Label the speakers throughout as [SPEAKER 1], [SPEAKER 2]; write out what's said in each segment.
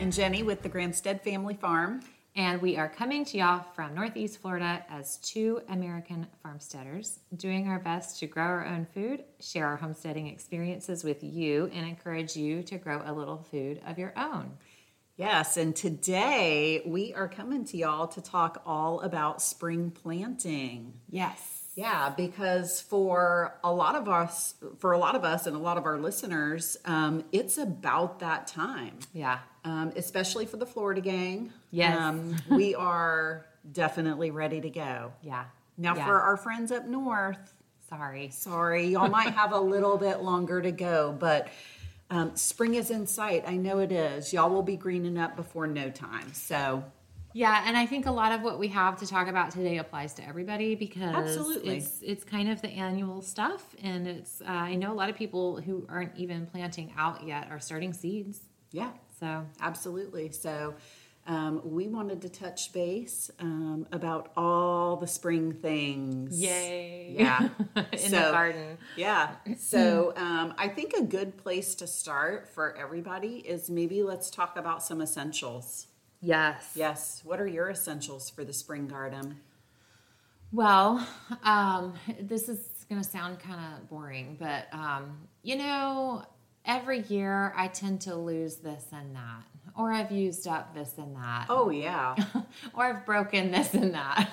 [SPEAKER 1] and Jenny with the Gramstead Family Farm.
[SPEAKER 2] And we are coming to y'all from Northeast Florida as two American farmsteaders, doing our best to grow our own food, share our homesteading experiences with you, and encourage you to grow a little food of your own.
[SPEAKER 1] Yes, and today we are coming to y'all to talk all about spring planting.
[SPEAKER 2] Yes.
[SPEAKER 1] Yeah, because for a lot of us, for a lot of us, and a lot of our listeners, um, it's about that time.
[SPEAKER 2] Yeah.
[SPEAKER 1] um, especially for the Florida gang.
[SPEAKER 2] Yes.
[SPEAKER 1] Um, we are definitely ready to go.
[SPEAKER 2] Yeah.
[SPEAKER 1] Now,
[SPEAKER 2] Yeah.
[SPEAKER 1] for our friends up north,
[SPEAKER 2] Sorry.
[SPEAKER 1] sorry, y'all might have a little bit longer to go, but um, spring is in sight. I know it is. Y'all will be greening up before no time. So,
[SPEAKER 2] Yeah, and I think a lot of what we have to talk about today applies to everybody because
[SPEAKER 1] Absolutely.
[SPEAKER 2] it's it's kind of the annual stuff, and it's uh, I know a lot of people who aren't even planting out yet are starting seeds.
[SPEAKER 1] yeah,
[SPEAKER 2] So
[SPEAKER 1] absolutely. So, um, we wanted to touch base um, about all the spring things. Yeah.
[SPEAKER 2] in
[SPEAKER 1] So-
[SPEAKER 2] the garden.
[SPEAKER 1] Yeah. So um, I think a good place to start for everybody is maybe let's talk about some essentials.
[SPEAKER 2] Yes.
[SPEAKER 1] Yes. What are your essentials for the spring garden?
[SPEAKER 2] Well, um, this is going to sound kind of boring, but um, you know, every year I tend to lose this and that, or I've used up this and that.
[SPEAKER 1] Oh, yeah.
[SPEAKER 2] or I've broken this and that.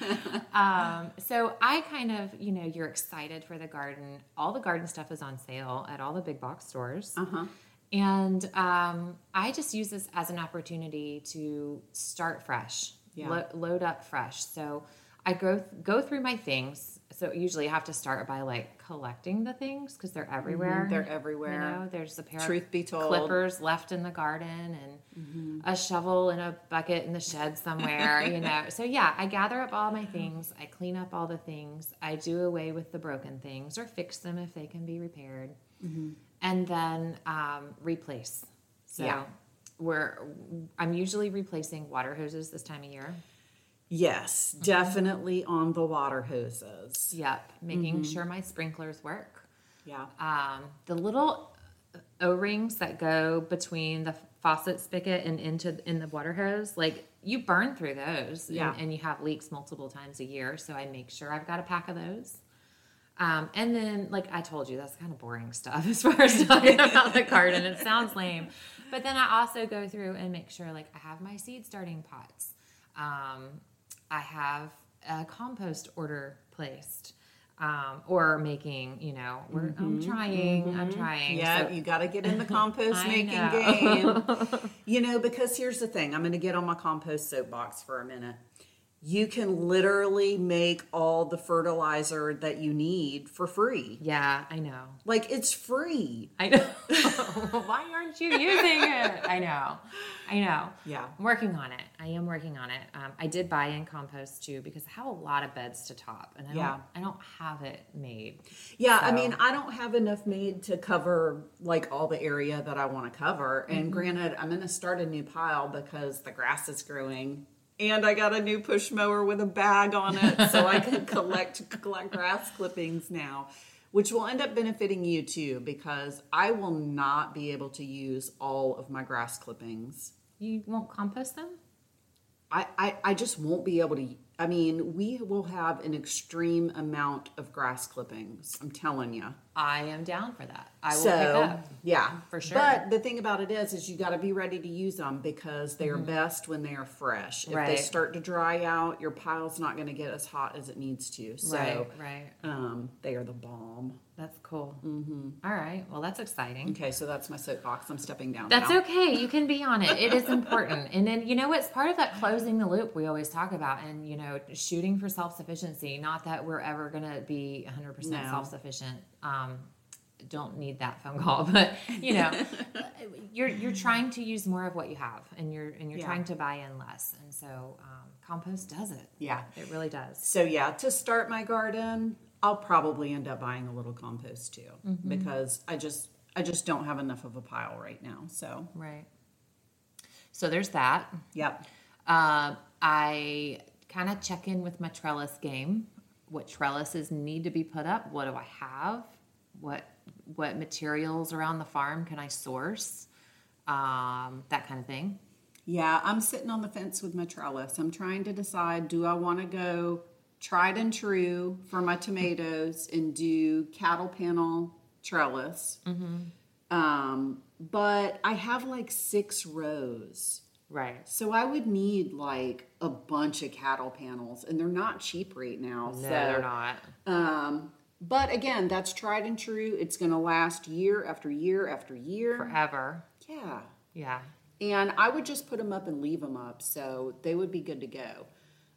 [SPEAKER 2] um, so I kind of, you know, you're excited for the garden. All the garden stuff is on sale at all the big box stores.
[SPEAKER 1] Uh-huh.
[SPEAKER 2] And um, I just use this as an opportunity to start fresh,
[SPEAKER 1] Yeah.
[SPEAKER 2] lo- load up fresh. So I go go through my things. So usually I have to start by like collecting the things because they're everywhere.
[SPEAKER 1] Mm-hmm. They're everywhere.
[SPEAKER 2] Mm-hmm. You know, there's a pair of
[SPEAKER 1] Truth be told. Mm-hmm.
[SPEAKER 2] clippers left in the garden and a shovel and a bucket in the shed somewhere, you know. So yeah, I gather up all my things, I clean up all the things, I do away with the broken things or fix them if they can be repaired,
[SPEAKER 1] Mm-hmm.
[SPEAKER 2] and then um, replace. So
[SPEAKER 1] Yeah.
[SPEAKER 2] we're I'm usually replacing water hoses this time of year.
[SPEAKER 1] Yes,
[SPEAKER 2] Mm-hmm.
[SPEAKER 1] definitely on the water hoses.
[SPEAKER 2] Yep, making
[SPEAKER 1] Mm-hmm.
[SPEAKER 2] sure my sprinklers work.
[SPEAKER 1] Yeah.
[SPEAKER 2] um, the little O rings that go between the faucet spigot and into in the water hose, like you burn through those, and-
[SPEAKER 1] Yeah.
[SPEAKER 2] and, you have leaks multiple times a year. So I make sure I've got a pack of those. Um, and then, like I told you, that's kind of boring stuff as far as talking about the garden. It sounds lame, but then I also go through and make sure, like, I have my seed starting pots. Um, I have a compost order placed, um, or making. You know, we're, I'm trying. I'm trying.
[SPEAKER 1] Yeah,
[SPEAKER 2] So-
[SPEAKER 1] you got to get in the compost
[SPEAKER 2] I
[SPEAKER 1] making
[SPEAKER 2] know.
[SPEAKER 1] game. You know, because here's the thing I'm going to get on my compost soapbox for a minute. You can literally make all the fertilizer that you need for free.
[SPEAKER 2] yeah, I know.
[SPEAKER 1] Like, it's free.
[SPEAKER 2] I know. Why aren't you using it? I know. I know.
[SPEAKER 1] Yeah.
[SPEAKER 2] I'm working on it. I am working on it. Um, I did buy in compost too because I have a lot of beds to top, and I
[SPEAKER 1] Yeah.
[SPEAKER 2] don't. I don't have it made.
[SPEAKER 1] Yeah, I
[SPEAKER 2] So-
[SPEAKER 1] mean, I don't have enough made to cover like all the area that I want to cover. And granted, I'm going to start a new pile because the grass is growing. And I got a new push mower with a bag on it so I can collect, collect grass clippings now, which will end up benefiting you too because I will not be able to use all of my grass clippings.
[SPEAKER 2] You won't compost them?
[SPEAKER 1] I, I, I just won't be able to. I mean, we will have an extreme amount of grass clippings. I'm telling you.
[SPEAKER 2] I am down for that. I will
[SPEAKER 1] so
[SPEAKER 2] pick up.
[SPEAKER 1] yeah,
[SPEAKER 2] for sure.
[SPEAKER 1] But the thing about it is, is you got to be ready to use them because they are best when they are fresh. If they
[SPEAKER 2] Mm-hmm. Right.
[SPEAKER 1] start to dry out, your pile's not going to get as hot as it needs to. So
[SPEAKER 2] right, right.
[SPEAKER 1] um, they are the bomb.
[SPEAKER 2] That's cool. Mm-hmm. right. Well, that's exciting.
[SPEAKER 1] Okay, so that's my soapbox. I'm stepping down.
[SPEAKER 2] That's
[SPEAKER 1] now.
[SPEAKER 2] okay. You can be on it. It is important. And then, you know, it's part of that closing the loop we always talk about and, you know, shooting for self sufficiency. Not that we're ever going to be 100%
[SPEAKER 1] No.
[SPEAKER 2] self sufficient. Um, don't need that phone call, but you know, you're you're trying to use more of what you have, and you're and you're
[SPEAKER 1] Yeah.
[SPEAKER 2] trying to buy in less, and so um, compost does it.
[SPEAKER 1] Yeah.
[SPEAKER 2] it really does.
[SPEAKER 1] So yeah, to start my garden, I'll probably end up buying a little compost too
[SPEAKER 2] Mm-hmm.
[SPEAKER 1] because I just I just don't have enough of a pile right now. So
[SPEAKER 2] Right. So there's that.
[SPEAKER 1] yep.
[SPEAKER 2] Um, I kind of check in with my trellis game. What trellises need to be put up? What do I have? What what materials around the farm can I source? um, that kind of thing.
[SPEAKER 1] Yeah, I'm sitting on the fence with my trellis. I'm trying to decide do I want to go tried and true for my tomatoes and do cattle panel trellis?
[SPEAKER 2] Mm-hmm.
[SPEAKER 1] Um, but I have like six rows.
[SPEAKER 2] Right.
[SPEAKER 1] So I would need like a bunch of cattle panels, and they're not cheap right now.
[SPEAKER 2] No,
[SPEAKER 1] so
[SPEAKER 2] they're not.
[SPEAKER 1] Um, but again, that's tried and true. It's going to last year after year after year.
[SPEAKER 2] Forever.
[SPEAKER 1] Yeah.
[SPEAKER 2] Yeah.
[SPEAKER 1] And I would just put them up and leave them up, so they would be good to go.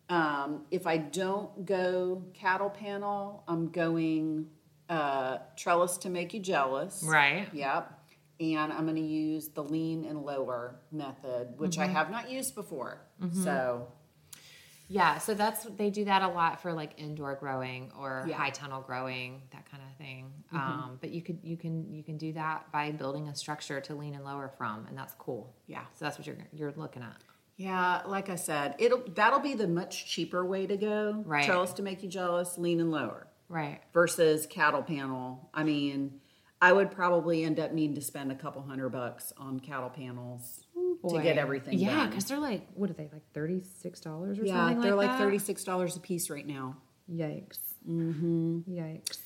[SPEAKER 1] Um, if I don't go cattle panel, I'm going uh, trellis to make you jealous.
[SPEAKER 2] Right.
[SPEAKER 1] Yep. And I'm going to use the lean and lower method, which
[SPEAKER 2] Mm-hmm.
[SPEAKER 1] I have not used before. So
[SPEAKER 2] Yeah. So that's they do that a lot for like indoor growing or
[SPEAKER 1] Yeah.
[SPEAKER 2] high tunnel growing, that kind of thing. Um, but you could you can you can do that by building a structure to lean and lower from, and that's cool.
[SPEAKER 1] Yeah.
[SPEAKER 2] So that's what you're you're looking at.
[SPEAKER 1] Yeah, like I said, it'll that'll be the much cheaper way to go.
[SPEAKER 2] Right.
[SPEAKER 1] Trellis to make you jealous, lean and lower
[SPEAKER 2] Right.
[SPEAKER 1] versus cattle panel. I mean, I would probably end up needing to spend a couple hundred bucks on cattle panels
[SPEAKER 2] Oh,
[SPEAKER 1] to get
[SPEAKER 2] Boy.
[SPEAKER 1] everything
[SPEAKER 2] Yeah,
[SPEAKER 1] done.
[SPEAKER 2] because they're like what are they like thirty six dollars or
[SPEAKER 1] Yeah,
[SPEAKER 2] something
[SPEAKER 1] they're
[SPEAKER 2] like,
[SPEAKER 1] like,
[SPEAKER 2] that?
[SPEAKER 1] thirty six dollars a piece right now.
[SPEAKER 2] Yikes. Mm-hmm. Yikes.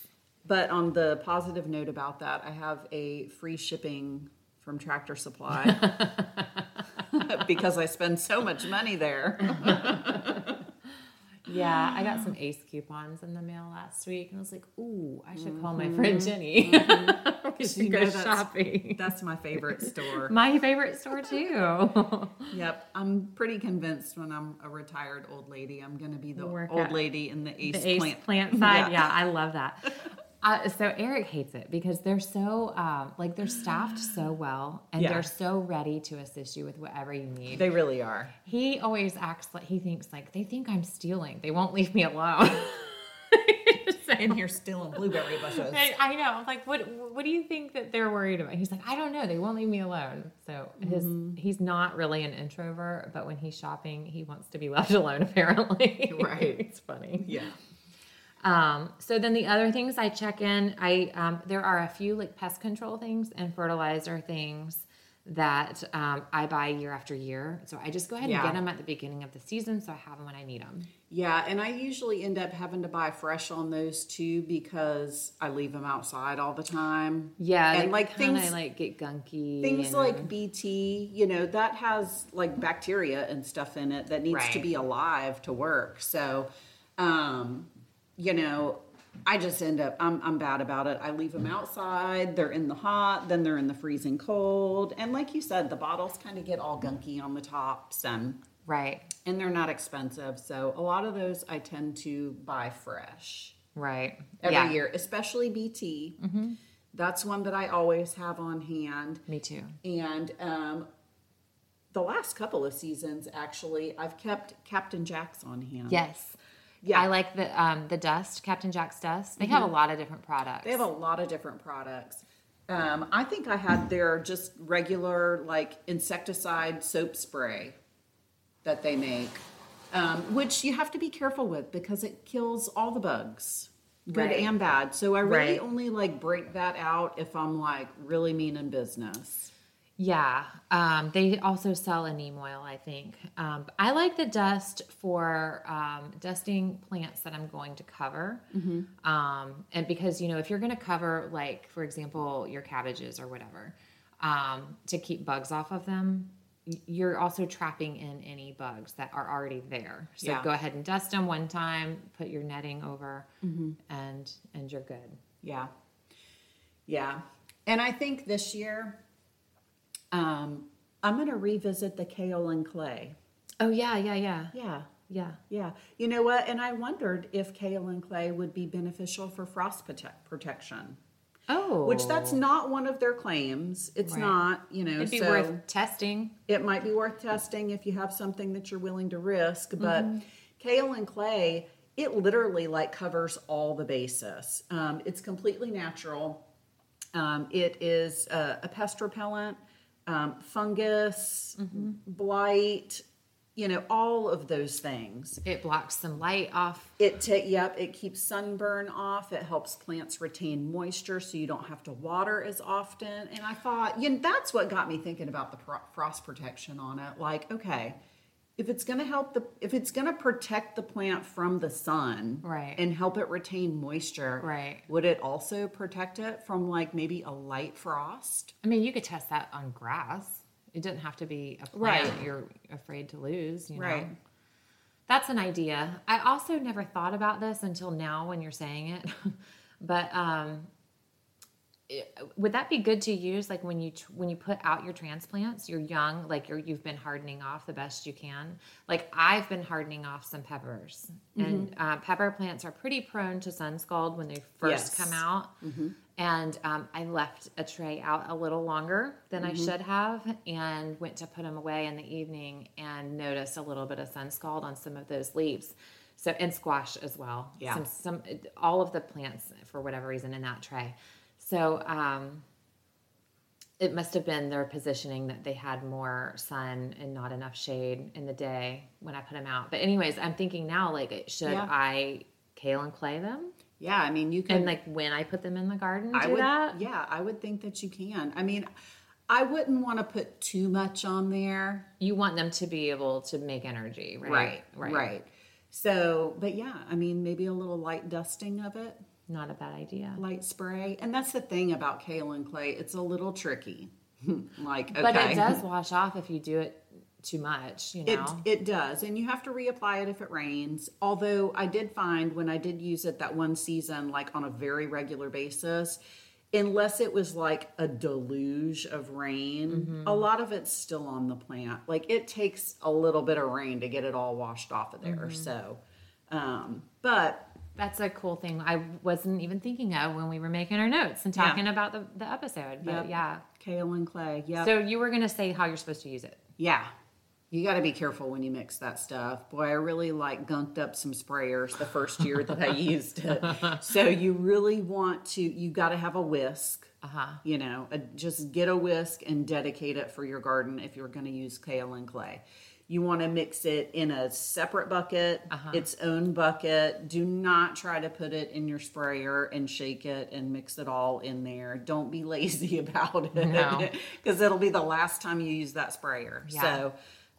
[SPEAKER 1] But on the positive note about that, I have a free shipping from Tractor Supply because I spend so much money there.
[SPEAKER 2] Yeah, I got some Ace coupons in the mail last week, and I was like, "Ooh, I should call my friend Jenny. we
[SPEAKER 1] You
[SPEAKER 2] should
[SPEAKER 1] know
[SPEAKER 2] go
[SPEAKER 1] that's-
[SPEAKER 2] Mm-hmm. shopping."
[SPEAKER 1] That's my favorite store.
[SPEAKER 2] My favorite store too.
[SPEAKER 1] Yep, I'm pretty convinced when I'm a retired old lady, I'm going to be the
[SPEAKER 2] Work
[SPEAKER 1] old
[SPEAKER 2] at
[SPEAKER 1] lady in the ace,
[SPEAKER 2] the ace
[SPEAKER 1] plant.
[SPEAKER 2] plant, side.
[SPEAKER 1] Yeah.
[SPEAKER 2] Yeah. I love that. Uh, so Eric hates it because they're so um, like they're staffed so well and
[SPEAKER 1] Yeah.
[SPEAKER 2] they're so ready to assist you with whatever you need.
[SPEAKER 1] They really are.
[SPEAKER 2] He always acts like he thinks like they think I'm stealing. They won't leave me alone.
[SPEAKER 1] In here stealing blueberry bushes.
[SPEAKER 2] I, I know. I'm like, what? What do you think that they're worried about? He's like, I don't know. They won't leave me alone. So his he's not really an introvert, but when he's shopping, he wants to be left alone. Apparently,
[SPEAKER 1] Right.
[SPEAKER 2] it's funny.
[SPEAKER 1] Yeah.
[SPEAKER 2] Um, so then the other things I check in, I um, there are a few like pest control things and fertilizer things that um, I buy year after year. So I just go ahead
[SPEAKER 1] Yeah.
[SPEAKER 2] and get them at the beginning of the season, so I have them when I need them.
[SPEAKER 1] Yeah, and I usually end up having to buy fresh on those too because I leave them outside all the time.
[SPEAKER 2] Yeah,
[SPEAKER 1] And,
[SPEAKER 2] they
[SPEAKER 1] like,
[SPEAKER 2] kinda,
[SPEAKER 1] things-
[SPEAKER 2] like get gunky.
[SPEAKER 1] Things
[SPEAKER 2] and-
[SPEAKER 1] like BT, you know, that has like bacteria and stuff in it that needs to
[SPEAKER 2] Right.
[SPEAKER 1] be alive to work. So, um, you know, I just end up, I'm, I'm bad about it. I leave them outside, they're in the hot, then they're in the freezing cold. And like you said, the bottles kind of get all gunky on the tops and,
[SPEAKER 2] right,
[SPEAKER 1] and they're not expensive. So, a lot of those I tend to buy fresh
[SPEAKER 2] right
[SPEAKER 1] every
[SPEAKER 2] Yeah.
[SPEAKER 1] year, especially BT. That's one that I always have on hand.
[SPEAKER 2] Me too.
[SPEAKER 1] And um, the last couple of seasons, actually, I've kept Captain Jack's on hand.
[SPEAKER 2] Yes.
[SPEAKER 1] Yeah. Mm-hmm.
[SPEAKER 2] I like the um, the dust, Captain Jack's dust. They have a lot of different products.
[SPEAKER 1] They have a lot of different products. Um, I think I had their just regular, like, insecticide soap spray that they make, um, which you have to be careful with because it kills all the bugs. Good
[SPEAKER 2] Right.
[SPEAKER 1] and bad. So I really
[SPEAKER 2] Right.
[SPEAKER 1] only like break that out if I'm like really mean in business.
[SPEAKER 2] yeah. Um, they also sell a neem oil, I think. Um, but I like the dust for um, dusting plants that I'm going to cover. Um, and because, you know, if you're going to cover, like, for example, your cabbages or whatever, um, to keep bugs off of them, y- you're also trapping in any bugs that are already there. So
[SPEAKER 1] Yeah.
[SPEAKER 2] go ahead and dust them one time, put your netting over, and and you're good.
[SPEAKER 1] Yeah. Yeah. And I think this year, um, I'm going to revisit the kale and clay.
[SPEAKER 2] Oh yeah, yeah, yeah,
[SPEAKER 1] Yeah.
[SPEAKER 2] yeah.
[SPEAKER 1] Yeah. You know what? And I wondered if kale and clay would be beneficial for frost protect- protection,
[SPEAKER 2] Oh,
[SPEAKER 1] which that's not one of their claims. It's
[SPEAKER 2] Right.
[SPEAKER 1] not, you know,
[SPEAKER 2] it'd be
[SPEAKER 1] so
[SPEAKER 2] worth testing.
[SPEAKER 1] it might be worth testing if you have something that you're willing to risk. But
[SPEAKER 2] Mm-hmm.
[SPEAKER 1] kale and clay, it literally like covers all the bases. Um, it's completely natural. Um, it is
[SPEAKER 2] Mm-hmm.
[SPEAKER 1] a, a pest repellent, um, fungus, blight, you you know, all of those things.
[SPEAKER 2] It blocks some light off.
[SPEAKER 1] It ta- yep, it keeps sunburn off. It helps plants retain moisture, so you don't have to water as often. And I thought, you know, that's what got me thinking about the pro- frost protection on it. Like, okay, if it's going to help the, if it's going to protect the plant from the sun,
[SPEAKER 2] Right.
[SPEAKER 1] and help it retain moisture,
[SPEAKER 2] Right.
[SPEAKER 1] would it also protect it from like maybe a light frost?
[SPEAKER 2] I mean, you could test that on grass. It doesn't have to be a plant
[SPEAKER 1] Right.
[SPEAKER 2] you're afraid to lose. You
[SPEAKER 1] Right.
[SPEAKER 2] Know? That's an idea. I also never thought about this until now when you're saying it. but um, it- would that be good to use like when you tr- when you put out your transplants you're young like you're you've been hardening off the best you can like i've been hardening off some peppers and
[SPEAKER 1] Mm-hmm.
[SPEAKER 2] uh, pepper plants are pretty prone to sun scald when they first
[SPEAKER 1] Yes.
[SPEAKER 2] come out
[SPEAKER 1] Mm-hmm.
[SPEAKER 2] and um, i left a tray out a little longer than
[SPEAKER 1] Mm-hmm.
[SPEAKER 2] i should have and went to put them away in the evening and noticed a little bit of sun scald on some of those leaves so and squash as well
[SPEAKER 1] Yeah.
[SPEAKER 2] some some all of the plants for whatever reason in that tray. So um, it must have been their positioning that they had more sun and not enough shade in the day when I put them out. But anyways, I'm thinking now like should
[SPEAKER 1] Yeah.
[SPEAKER 2] I kale and clay them
[SPEAKER 1] Yeah, I mean, you can
[SPEAKER 2] and like when I put them in the garden do
[SPEAKER 1] I would,
[SPEAKER 2] that.
[SPEAKER 1] Yeah, I would think that you can. I mean, I wouldn't want to put too much on there.
[SPEAKER 2] You want them to be able to make energy, right?
[SPEAKER 1] right. right. So, but yeah, I mean, maybe a little light dusting of it,
[SPEAKER 2] Not a bad idea.
[SPEAKER 1] light spray. And that's the thing about kale and clay; it's a little tricky. like, okay,
[SPEAKER 2] But it does wash off if you do it too much, you
[SPEAKER 1] It,
[SPEAKER 2] know.
[SPEAKER 1] it does, and you have to reapply it if it rains. Although I did find when I did use it that one season, like on a very regular basis, unless it was like a deluge of rain, a lot of it's still on the plant. Like it takes a little bit of rain to get it all washed off of there. So, um, but
[SPEAKER 2] That's a cool thing. I wasn't even thinking of when we were making our notes and talking about the, the episode. But
[SPEAKER 1] Yep.
[SPEAKER 2] yeah.
[SPEAKER 1] kale and clay, yeah,
[SPEAKER 2] So you were going to say how you're supposed to use it.
[SPEAKER 1] yeah. You got to be careful when you mix that stuff. Boy, I really like gunked up some sprayers the first year that I used it. So you really want to, you got to have a whisk.
[SPEAKER 2] Uh huh.
[SPEAKER 1] You know, a, just get a whisk and dedicate it for your garden if you're going to use kale and clay. You want to mix it in a separate bucket, its own bucket. Do not try to put it in your sprayer and shake it and mix it all in there. Don't be lazy about it
[SPEAKER 2] No.
[SPEAKER 1] because it'll be the last time you use that sprayer.
[SPEAKER 2] Yeah.
[SPEAKER 1] So,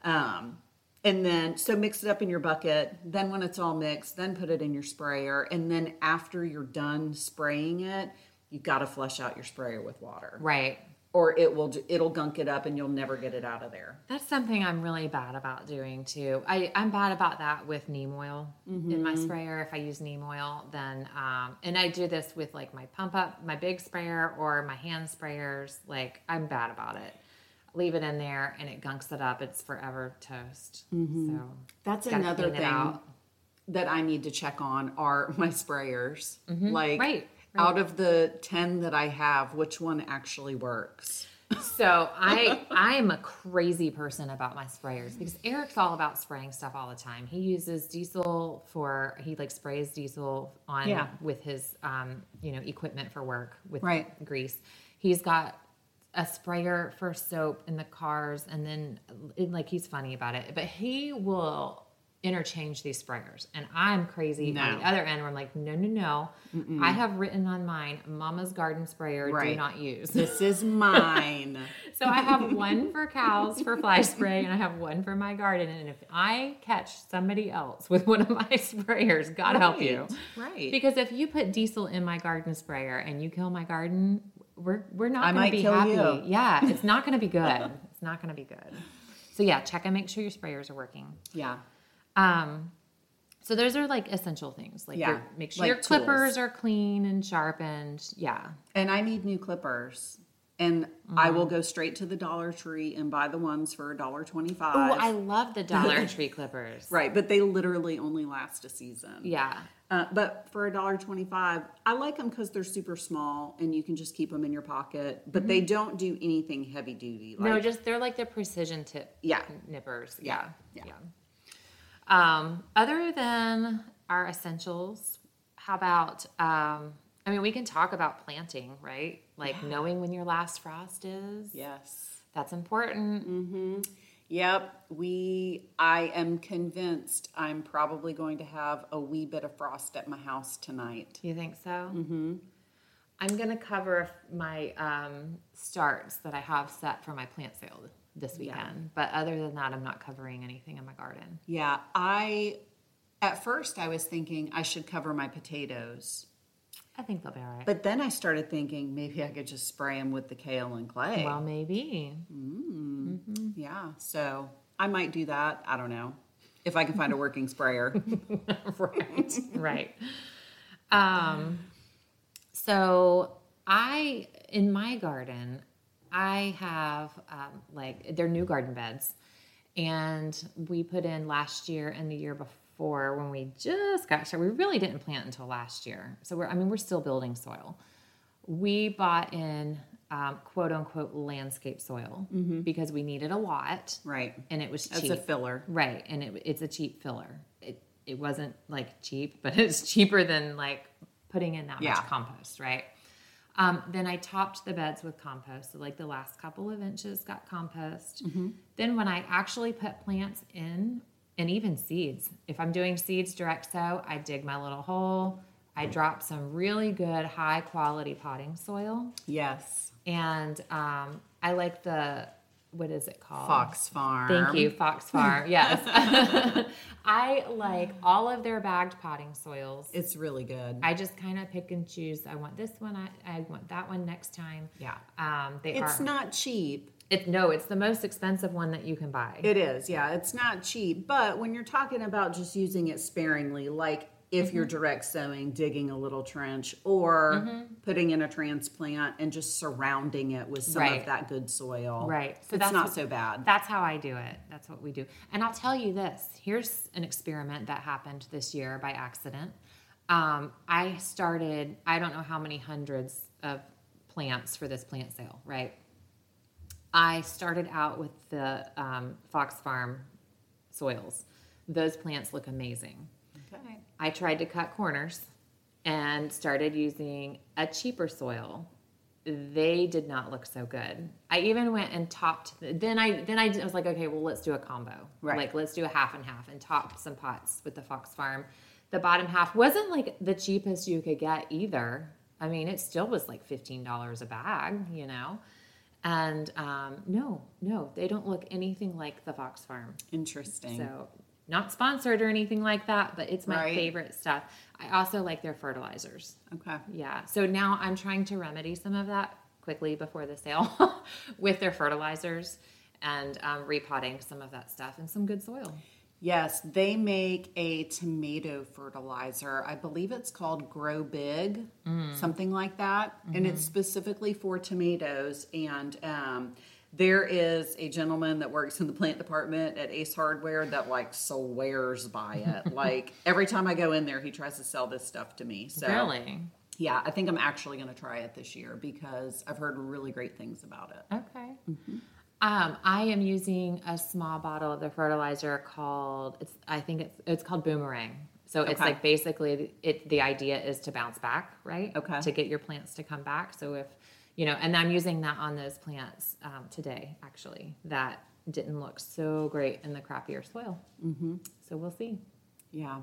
[SPEAKER 1] um, and then so mix it up in your bucket. Then when it's all mixed, then put it in your sprayer. And then after you're done spraying it, you got to flush out your sprayer with water,
[SPEAKER 2] Right.
[SPEAKER 1] or it will it'll gunk it up and you'll never get it out of there.
[SPEAKER 2] That's something I'm really bad about doing too. I, I'm bad about that with neem oil in my sprayer. If I use neem oil, then, um, and I do this with like my pump up, my big sprayer, or my hand sprayers. Like, I'm bad about it. Leave it in there and it gunks it up. It's forever toast. So
[SPEAKER 1] That's
[SPEAKER 2] gotta
[SPEAKER 1] another
[SPEAKER 2] clean it
[SPEAKER 1] thing
[SPEAKER 2] out.
[SPEAKER 1] that I need to check on are my sprayers.
[SPEAKER 2] Right,
[SPEAKER 1] Like
[SPEAKER 2] right.
[SPEAKER 1] out of the ten that I have, which one actually works?
[SPEAKER 2] So I I am a crazy person about my sprayers because Eric's all about spraying stuff all the time. He uses diesel for he like sprays diesel on
[SPEAKER 1] Yeah.
[SPEAKER 2] with his um you know equipment for work with
[SPEAKER 1] Right.
[SPEAKER 2] grease. He's got a sprayer for soap in the cars and then and, like he's funny about it, but he will interchange these sprayers and I'm crazy on
[SPEAKER 1] No.
[SPEAKER 2] the other end where I'm like no no no I have written on mine mama's garden sprayer do
[SPEAKER 1] Right.
[SPEAKER 2] not use
[SPEAKER 1] This is mine.
[SPEAKER 2] so I have one for cows for fly spray, and I have one for my garden. And if I catch somebody else with one of my sprayers, God help you.
[SPEAKER 1] Right.
[SPEAKER 2] Because if you put diesel in my garden sprayer and you kill my garden, we're we're not
[SPEAKER 1] I
[SPEAKER 2] going to
[SPEAKER 1] might
[SPEAKER 2] be
[SPEAKER 1] kill
[SPEAKER 2] happy.
[SPEAKER 1] you.
[SPEAKER 2] Yeah, it's not going to be good. It's not going to be good. So yeah, check and make sure your sprayers are working.
[SPEAKER 1] yeah.
[SPEAKER 2] Um, so those are like essential things. Like
[SPEAKER 1] Yeah,
[SPEAKER 2] your, make sure
[SPEAKER 1] like
[SPEAKER 2] your clippers are clean and sharpened. Yeah,
[SPEAKER 1] And I need new clippers. And I will go straight to the Dollar Tree and buy the ones for $1.25.
[SPEAKER 2] Oh, I love the Dollar Tree clippers.
[SPEAKER 1] right, but they literally only last a season.
[SPEAKER 2] Yeah.
[SPEAKER 1] Uh, but for $1.25, I like them because they're super small and you can just keep them in your pocket, but they don't do anything heavy duty. Like,
[SPEAKER 2] Mm-hmm. no, just they're like the precision tip
[SPEAKER 1] Yeah.
[SPEAKER 2] nippers. Yeah.
[SPEAKER 1] Yeah.
[SPEAKER 2] Yeah. Um, other than our essentials, how about um, I mean we can talk about planting, right? Like knowing when your last frost is.
[SPEAKER 1] yes.
[SPEAKER 2] That's important.
[SPEAKER 1] Mm-hmm. Yep, we. I am convinced I'm probably going to have a wee bit of frost at my house tonight.
[SPEAKER 2] You think so? Mm-hmm. I'm gonna cover my um, starts that I have set for my plant sale this weekend. But other than that, I'm not covering anything in my garden.
[SPEAKER 1] Yeah, I. At first, I was thinking I should cover my potatoes,
[SPEAKER 2] I think they'll be all right.
[SPEAKER 1] but then I started thinking maybe I could just spray them with the kale and clay.
[SPEAKER 2] well, maybe.
[SPEAKER 1] Yeah, so I might do that. I don't know if I can find a working sprayer.
[SPEAKER 2] right. Right. Um, so I, in my garden, I have um, like they're new garden beds, and we put in last year and the year before when we just got started. We really didn't plant until last year, so we're I mean we're still building soil. We bought in um, quote unquote landscape soil because we needed a lot,
[SPEAKER 1] Mm-hmm. Right,
[SPEAKER 2] and it was
[SPEAKER 1] that's
[SPEAKER 2] cheap.
[SPEAKER 1] a filler.
[SPEAKER 2] Right, and it, it's a cheap filler. It it wasn't like cheap, but it's cheaper than like putting in that
[SPEAKER 1] Yeah.
[SPEAKER 2] much compost, right? Um, then I topped the beds with compost, so like the last couple of inches got compost.
[SPEAKER 1] Mm-hmm.
[SPEAKER 2] Then when I actually put plants in, and even seeds, if I'm doing seeds direct sow, I dig my little hole. I drop some really good high quality potting soil,
[SPEAKER 1] Yes,
[SPEAKER 2] and um, I like the what is it called?
[SPEAKER 1] Fox Farm.
[SPEAKER 2] Thank you, Fox Farm. Yes. I like all of their bagged potting soils.
[SPEAKER 1] It's really good.
[SPEAKER 2] I just kind of pick and choose. I want this one. I, I want that one next time.
[SPEAKER 1] Yeah.
[SPEAKER 2] Um, they
[SPEAKER 1] It's
[SPEAKER 2] are.
[SPEAKER 1] not cheap.
[SPEAKER 2] it, no, it's the most expensive one that you can buy.
[SPEAKER 1] It is, yeah. It's not cheap, but when you're talking about just using it sparingly, like if you're
[SPEAKER 2] Mm-hmm.
[SPEAKER 1] direct sowing, digging a little trench, or putting in a transplant and just surrounding it with some
[SPEAKER 2] Right.
[SPEAKER 1] of that good soil,
[SPEAKER 2] Right. So
[SPEAKER 1] So it's
[SPEAKER 2] that's
[SPEAKER 1] not
[SPEAKER 2] what-
[SPEAKER 1] so bad.
[SPEAKER 2] That's how I do it. That's what we do. And I'll tell you this here's an experiment that happened this year by accident. Um, I started, I don't know how many hundreds of plants for this plant sale, right? I started out with the um, Fox Farm soils. Those plants look amazing.
[SPEAKER 1] okay.
[SPEAKER 2] I tried to cut corners and started using a cheaper soil. They did not look so good. I even went and topped. Then I then I, did- I was like, okay, well, let's do a combo.
[SPEAKER 1] Right.
[SPEAKER 2] Like let's do a half and half and topped some pots with the Fox Farm. The bottom half wasn't like the cheapest you could get either. I mean, it still was like fifteen dollars a bag, you know. And um, no, no, they don't look anything like the Fox Farm.
[SPEAKER 1] Interesting.
[SPEAKER 2] So not sponsored or anything like that, but it's my
[SPEAKER 1] Right.
[SPEAKER 2] favorite stuff. I also like their fertilizers.
[SPEAKER 1] Okay.
[SPEAKER 2] Yeah. So now I'm trying to remedy some of that quickly before the sale with their fertilizers and um, repotting some of that stuff and some good soil.
[SPEAKER 1] Yes, they make a tomato fertilizer. I believe it's called Grow Big, something like that. And it's specifically for tomatoes. And um, there is a gentleman that works in the plant department at Ace Hardware that like swears by it. like every time I go in there, he tries to sell this stuff to me. So
[SPEAKER 2] Really?
[SPEAKER 1] yeah, I think I'm actually going to try it this year because I've heard really great things about it.
[SPEAKER 2] Okay.
[SPEAKER 1] Mm-hmm.
[SPEAKER 2] Um, I am using a small bottle of the fertilizer called it's I think it's it's called Boomerang. So it's
[SPEAKER 1] Okay.
[SPEAKER 2] like basically it the idea is to bounce back, right?
[SPEAKER 1] Okay.
[SPEAKER 2] To get your plants to come back. So if you know, and I'm using that on those plants um, today actually that didn't look so great in the crappier soil. Mm-hmm. So we'll see.
[SPEAKER 1] Yeah.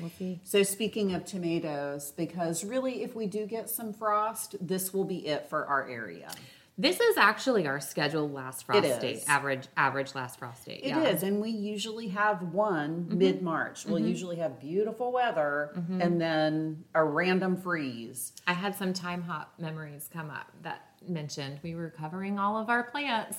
[SPEAKER 2] We'll see.
[SPEAKER 1] So speaking of tomatoes, because really, if we do get some frost, this will be it for our area.
[SPEAKER 2] This is actually our scheduled last frost
[SPEAKER 1] It
[SPEAKER 2] date,
[SPEAKER 1] is.
[SPEAKER 2] average average last frost date.
[SPEAKER 1] It is, and we usually have one mid March. We'll usually have beautiful weather and then a random freeze.
[SPEAKER 2] I had some time hop memories come up that mentioned we were covering all of our plants.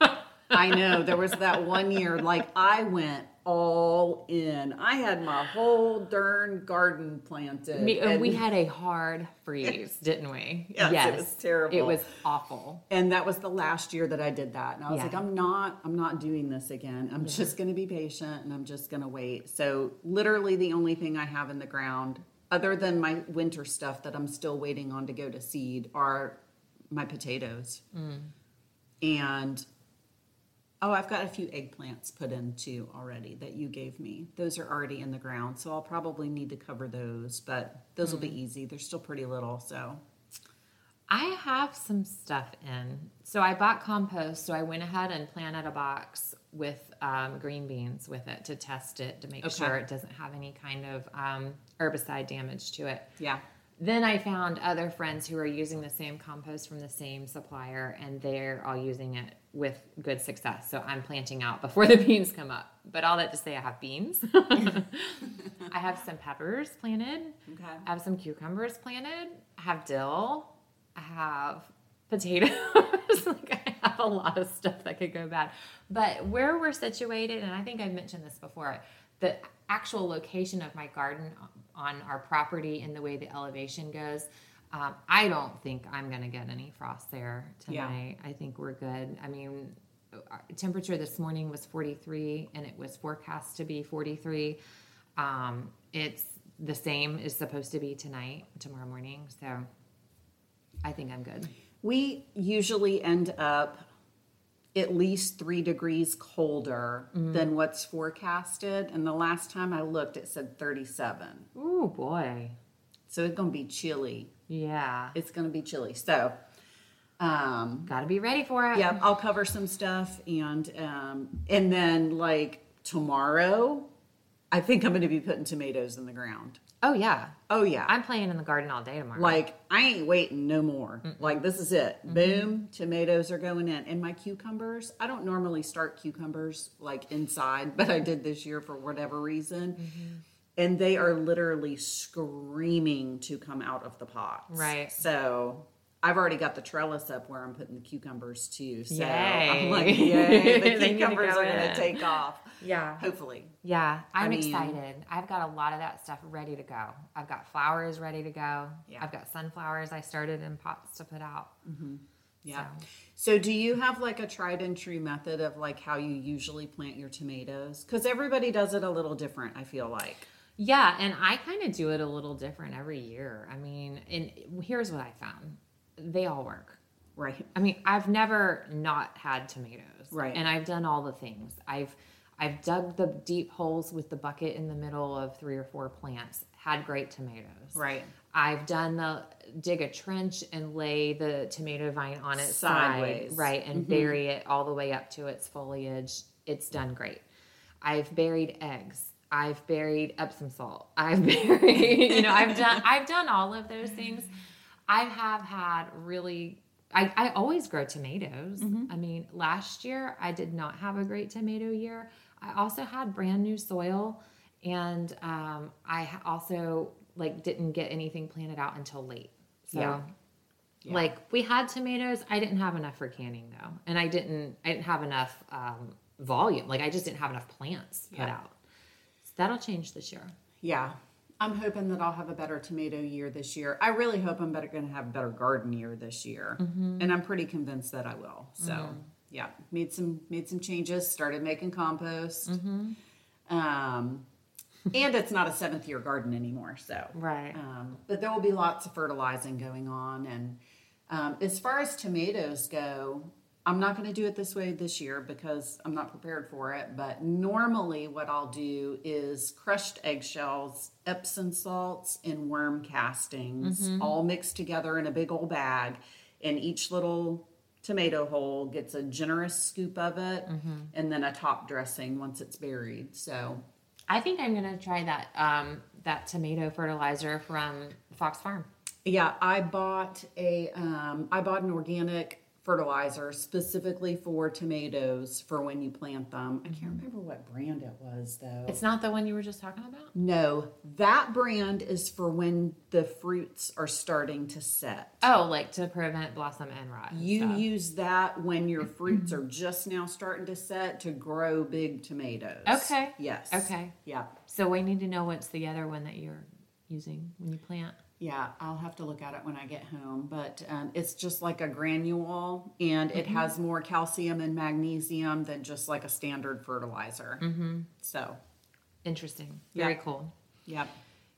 [SPEAKER 1] I know there was that one year, like I went all in. I had my whole darn garden planted.
[SPEAKER 2] We,
[SPEAKER 1] and,
[SPEAKER 2] uh, we had a hard freeze, didn't we?
[SPEAKER 1] Yes, it was terrible.
[SPEAKER 2] It was awful.
[SPEAKER 1] and that was the last year that I did that. And I was
[SPEAKER 2] Yeah.
[SPEAKER 1] like, I'm not, I'm not doing this again. I'm just going to be patient and I'm just going to wait. So literally the only thing I have in the ground other than my winter stuff that I'm still waiting on to go to seed are my potatoes. And oh, I've got a few eggplants put in too already that you gave me. Those are already in the ground, so I'll probably need to cover those, but those will be easy. They're still pretty little, so
[SPEAKER 2] I have some stuff in. So I bought compost. So I went ahead and planted a box with um, green beans with it to test it to make
[SPEAKER 1] Okay.
[SPEAKER 2] sure it doesn't have any kind of um, herbicide damage to it.
[SPEAKER 1] Yeah.
[SPEAKER 2] Then I found other friends who are using the same compost from the same supplier, and they're all using it with good success. So I'm planting out before the beans come up. But all that to say, I have beans. I have some peppers planted.
[SPEAKER 1] Okay.
[SPEAKER 2] I have some cucumbers planted. I have dill. I have potatoes. like I have a lot of stuff that could go bad. But where we're situated, and I think I mentioned this before, the actual location of my garden on our property and the way the elevation goes. Um, I don't think I'm going to get any frost there
[SPEAKER 1] Yeah.
[SPEAKER 2] tonight. I think we're good. I mean, our temperature this morning was 43 and it was forecast to be 43 um, it's the same is supposed to be tonight tomorrow morning so i think i'm good
[SPEAKER 1] We usually end up at least three degrees colder than what's forecasted. And the last time I looked, it said 37.
[SPEAKER 2] oh boy
[SPEAKER 1] So it's going to be chilly.
[SPEAKER 2] yeah
[SPEAKER 1] It's going to be chilly. So, um,
[SPEAKER 2] gotta be ready for it
[SPEAKER 1] yeah, I'll cover some stuff and um, and then like tomorrow, I think I'm going to be putting tomatoes in the ground.
[SPEAKER 2] oh yeah
[SPEAKER 1] Oh yeah,
[SPEAKER 2] i'm playing in the garden all day tomorrow
[SPEAKER 1] like I ain't waiting no more. Like this is it.
[SPEAKER 2] Mm-hmm.
[SPEAKER 1] Boom, tomatoes are going in, and my cucumbers. I don't normally start cucumbers like inside, but I did this year for whatever reason.
[SPEAKER 2] Mm-hmm.
[SPEAKER 1] And they are literally screaming to come out of the pots.
[SPEAKER 2] Right.
[SPEAKER 1] So I've already got the trellis up where I'm putting the cucumbers too. So
[SPEAKER 2] Yay.
[SPEAKER 1] I'm like, yay,
[SPEAKER 2] They need
[SPEAKER 1] the
[SPEAKER 2] to
[SPEAKER 1] cucumbers
[SPEAKER 2] go
[SPEAKER 1] are going
[SPEAKER 2] in.
[SPEAKER 1] to take off.
[SPEAKER 2] yeah
[SPEAKER 1] Hopefully.
[SPEAKER 2] yeah i'm
[SPEAKER 1] mean-
[SPEAKER 2] excited i've got a lot of that stuff ready to go i've got flowers ready to go
[SPEAKER 1] Yeah.
[SPEAKER 2] i've got sunflowers i started in pots to put out
[SPEAKER 1] Yeah.
[SPEAKER 2] So-
[SPEAKER 1] So, do you have like a tried and true method of like how you usually plant your tomatoes? Because everybody does it a little different, I feel like.
[SPEAKER 2] Yeah, and I kind of do it a little different every year. I mean, and here's what I found they all work.
[SPEAKER 1] Right.
[SPEAKER 2] I mean, I've never not had tomatoes.
[SPEAKER 1] Right.
[SPEAKER 2] And I've done all the things. I've I've dug the deep holes with the bucket in the middle of three or four plants, had great tomatoes.
[SPEAKER 1] Right.
[SPEAKER 2] I've done the dig a trench and lay the tomato vine on its
[SPEAKER 1] Sideways.
[SPEAKER 2] side, right, and bury it all the way up to its foliage. It's done great. I've buried eggs. I've buried Epsom salt. I've buried, you know, I've done I've done all of those things. I have had really I, I always grow tomatoes. I mean, last year I did not have a great tomato year. I also had brand new soil and um, I ha- also like didn't get anything planted out until late. So
[SPEAKER 1] Yeah. Yeah.
[SPEAKER 2] like we had tomatoes. I didn't have enough for canning though. And I didn't I didn't have enough um, volume. Like I just didn't have enough plants put
[SPEAKER 1] Yeah.
[SPEAKER 2] out. So that'll change this year.
[SPEAKER 1] Yeah. I'm hoping that I'll have a better tomato year this year. I really hope I'm better going to have a better garden year this year, and I'm pretty convinced that I will. So, yeah, made some made some changes. Started making compost. Um, and it's not a seventh year garden anymore, so
[SPEAKER 2] Right.
[SPEAKER 1] Um, but there will be lots of fertilizing going on. And um, as far as tomatoes go, I'm not going to do it this way this year because I'm not prepared for it. But normally, what I'll do is crushed eggshells, Epsom salts, and worm castings all mixed together in a big old bag. And each little tomato hole gets a generous scoop of it and then a top dressing once it's buried. So,
[SPEAKER 2] I think I'm gonna try that um, that tomato fertilizer from Fox Farm.
[SPEAKER 1] Yeah, I bought a um, I bought an organic fertilizer specifically for tomatoes for when you plant them. I can't remember what brand it was though.
[SPEAKER 2] It's not the one you were just talking about.
[SPEAKER 1] no, that brand is for when the fruits are starting to set.
[SPEAKER 2] Oh, like to prevent blossom and rot. and
[SPEAKER 1] You
[SPEAKER 2] stuff.
[SPEAKER 1] use that when your fruits are just now starting to set to grow big tomatoes.
[SPEAKER 2] Okay.
[SPEAKER 1] Yes.
[SPEAKER 2] Okay.
[SPEAKER 1] Yeah.
[SPEAKER 2] So we need to know what's the other one that you're using when you plant.
[SPEAKER 1] Yeah, I'll have to look at it when I get home, but um, it's just like a granule and it has more calcium and magnesium than just like a standard fertilizer. Mm-hmm. So,
[SPEAKER 2] Interesting. Very
[SPEAKER 1] Yeah.
[SPEAKER 2] cool.
[SPEAKER 1] yeah.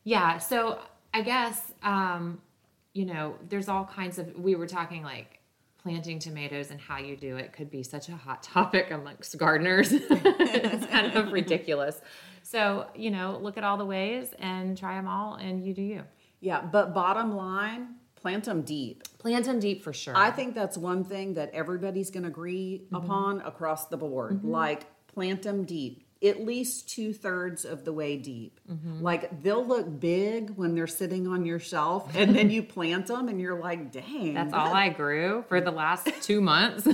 [SPEAKER 2] Yeah. So I guess um, you know, there's all kinds of. We were talking like planting tomatoes and how you do it could be such a hot topic amongst gardeners. it's kind of ridiculous. So you know, look at all the ways and try them all, and you do you.
[SPEAKER 1] Yeah, but bottom line, Plant them deep.
[SPEAKER 2] Plant them deep for sure.
[SPEAKER 1] I think that's one thing that everybody's going to agree upon across the board. Like, plant them deep, at least two thirds of the way deep. Like, they'll look big when they're sitting on your shelf, and then you plant them, and you're like, dang.
[SPEAKER 2] That's all I grew for the last two months.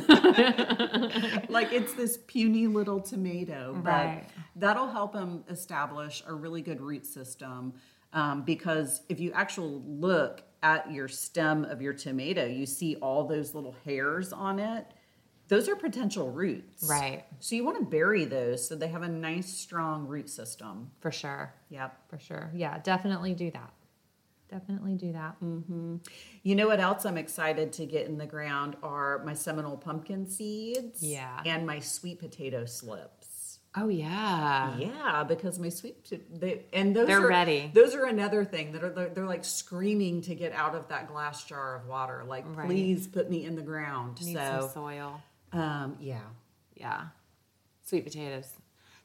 [SPEAKER 1] like it's this puny little tomato but
[SPEAKER 2] Right.
[SPEAKER 1] that'll help them establish a really good root system um, because if you actually look at your stem of your tomato you see all those little hairs on it those are potential roots
[SPEAKER 2] Right.
[SPEAKER 1] so you want to bury those so they have a nice strong root system
[SPEAKER 2] for sure.
[SPEAKER 1] yep
[SPEAKER 2] For sure. Yeah, definitely do that. Definitely do that.
[SPEAKER 1] Mm. You know what else I'm excited to get in the ground are my Seminole pumpkin seeds.
[SPEAKER 2] Yeah.
[SPEAKER 1] And my sweet potato slips.
[SPEAKER 2] Oh yeah.
[SPEAKER 1] Yeah, because my sweet pot- they and those
[SPEAKER 2] They're
[SPEAKER 1] are,
[SPEAKER 2] ready.
[SPEAKER 1] Those are another thing that are they're, they're like screaming to get out of that glass jar of water. Like,
[SPEAKER 2] Right.
[SPEAKER 1] please put me in the ground.
[SPEAKER 2] Need some
[SPEAKER 1] so,
[SPEAKER 2] soil.
[SPEAKER 1] um, yeah,
[SPEAKER 2] Yeah. Sweet potatoes.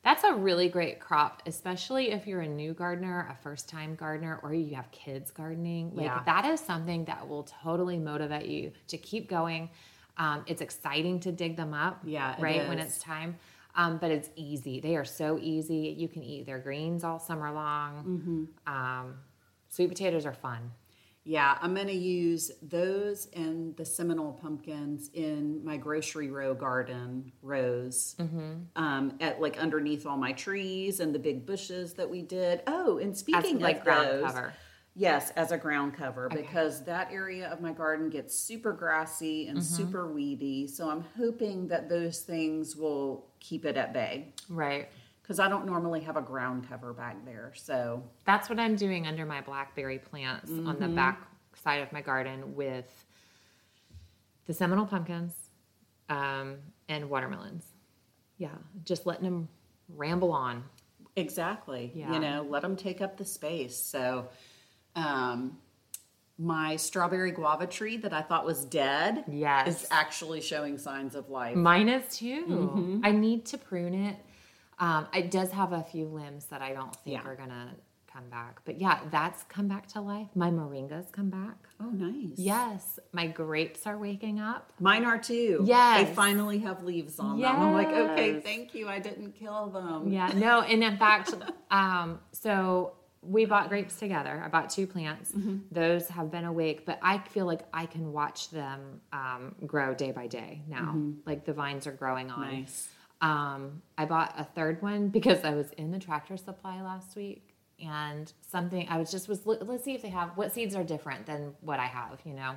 [SPEAKER 2] That's a really great crop, especially if you're a new gardener, a first time gardener, or you have kids gardening. Like
[SPEAKER 1] Yeah.
[SPEAKER 2] that is something that will totally motivate you to keep going. Um, it's exciting to dig them up.
[SPEAKER 1] Yeah, it
[SPEAKER 2] Right when
[SPEAKER 1] is.
[SPEAKER 2] it's time. Um, but it's easy. They are so easy. You can eat their greens all summer long.
[SPEAKER 1] Mm-hmm.
[SPEAKER 2] Um, sweet potatoes are fun.
[SPEAKER 1] yeah. I'm gonna use those and the Seminole pumpkins in my grocery row garden rows.
[SPEAKER 2] Mm-hmm.
[SPEAKER 1] Um, at like underneath all my trees and the big bushes that we did. Oh, and
[SPEAKER 2] As,
[SPEAKER 1] speaking
[SPEAKER 2] like
[SPEAKER 1] of
[SPEAKER 2] ground
[SPEAKER 1] those,
[SPEAKER 2] cover.
[SPEAKER 1] Yes, as a ground cover because that area of my garden gets super grassy and
[SPEAKER 2] Mm-hmm.
[SPEAKER 1] super weedy. So I'm hoping that those things will keep it at bay
[SPEAKER 2] Right.
[SPEAKER 1] because I don't normally have a ground cover back there. So
[SPEAKER 2] That's what I'm doing under my blackberry plants on the back side of my garden with the Seminole pumpkins um, and watermelons. Yeah, just letting them ramble on.
[SPEAKER 1] exactly,
[SPEAKER 2] Yeah.
[SPEAKER 1] you know, let them take up the space. So, um, my strawberry guava tree that I thought was dead
[SPEAKER 2] Yes. Mm.
[SPEAKER 1] is actually showing signs of life.
[SPEAKER 2] Mine is too. I need to prune it. Um, it does have a few limbs that I don't think
[SPEAKER 1] Yeah.
[SPEAKER 2] are gonna come back. But yeah, that's come back to life. My moringa's come back.
[SPEAKER 1] Oh, nice.
[SPEAKER 2] Yes, my grapes are waking up.
[SPEAKER 1] Mine are too.
[SPEAKER 2] Yes.
[SPEAKER 1] They finally have leaves on them. I'm like, okay,
[SPEAKER 2] Yes.
[SPEAKER 1] thank you. I didn't kill them.
[SPEAKER 2] Yeah, no, and in fact, um, so we bought grapes together. I bought two plants. Those have been awake, but I feel like I can watch them um, grow day by day now. Like the vines are growing on.
[SPEAKER 1] Nice.
[SPEAKER 2] Um, I bought a third one because I was in the tractor supply last week and something I was just was "Let- let's see if they have what seeds are different than what I have, you know.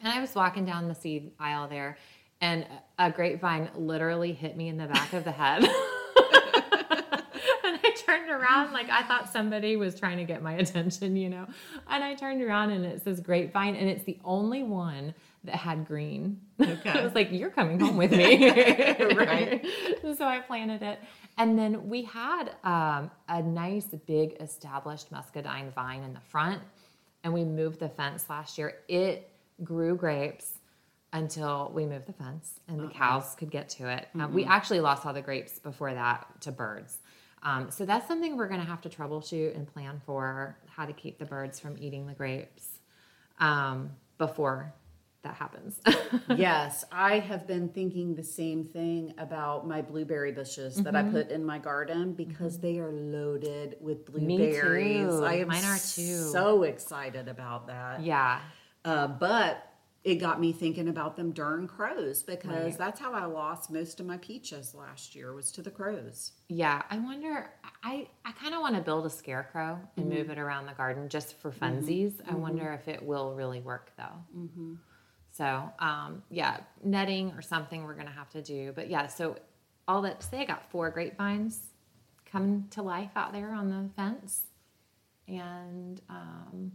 [SPEAKER 2] And I was walking down the seed aisle there and a grapevine literally hit me in the back of the head. and I turned around like I thought somebody was trying to get my attention, you know. And I turned around and it says grapevine, and it's the only one that had green. Okay. I was like, "You're coming home with me,"
[SPEAKER 1] Right.
[SPEAKER 2] so I planted it, and then we had um, a nice big established muscadine vine in the front, and we moved the fence last year. It grew grapes until we moved the fence and the cows could get to it. Um, we actually lost all the grapes before that to birds. Um, so that's something we're going to have to troubleshoot and plan for how to keep the birds from eating the grapes um, before that happens.
[SPEAKER 1] yes, I have been thinking the same thing about my blueberry bushes that
[SPEAKER 2] Mm-hmm.
[SPEAKER 1] I put in my garden because they are loaded with blueberries.
[SPEAKER 2] too.
[SPEAKER 1] I am
[SPEAKER 2] Mine are too.
[SPEAKER 1] so excited about that.
[SPEAKER 2] yeah.
[SPEAKER 1] Uh, but it got me thinking about them darn crows because that's how I lost most of my peaches last year was to the crows.
[SPEAKER 2] Yeah, I wonder. I I kind of want to build a scarecrow and move it around the garden just for funsies. I wonder if it will really work though. Mm-hmm. So um, yeah, netting or something we're gonna have to do. But yeah, so all that to say, I got four grapevines coming to life out there on the fence, and um,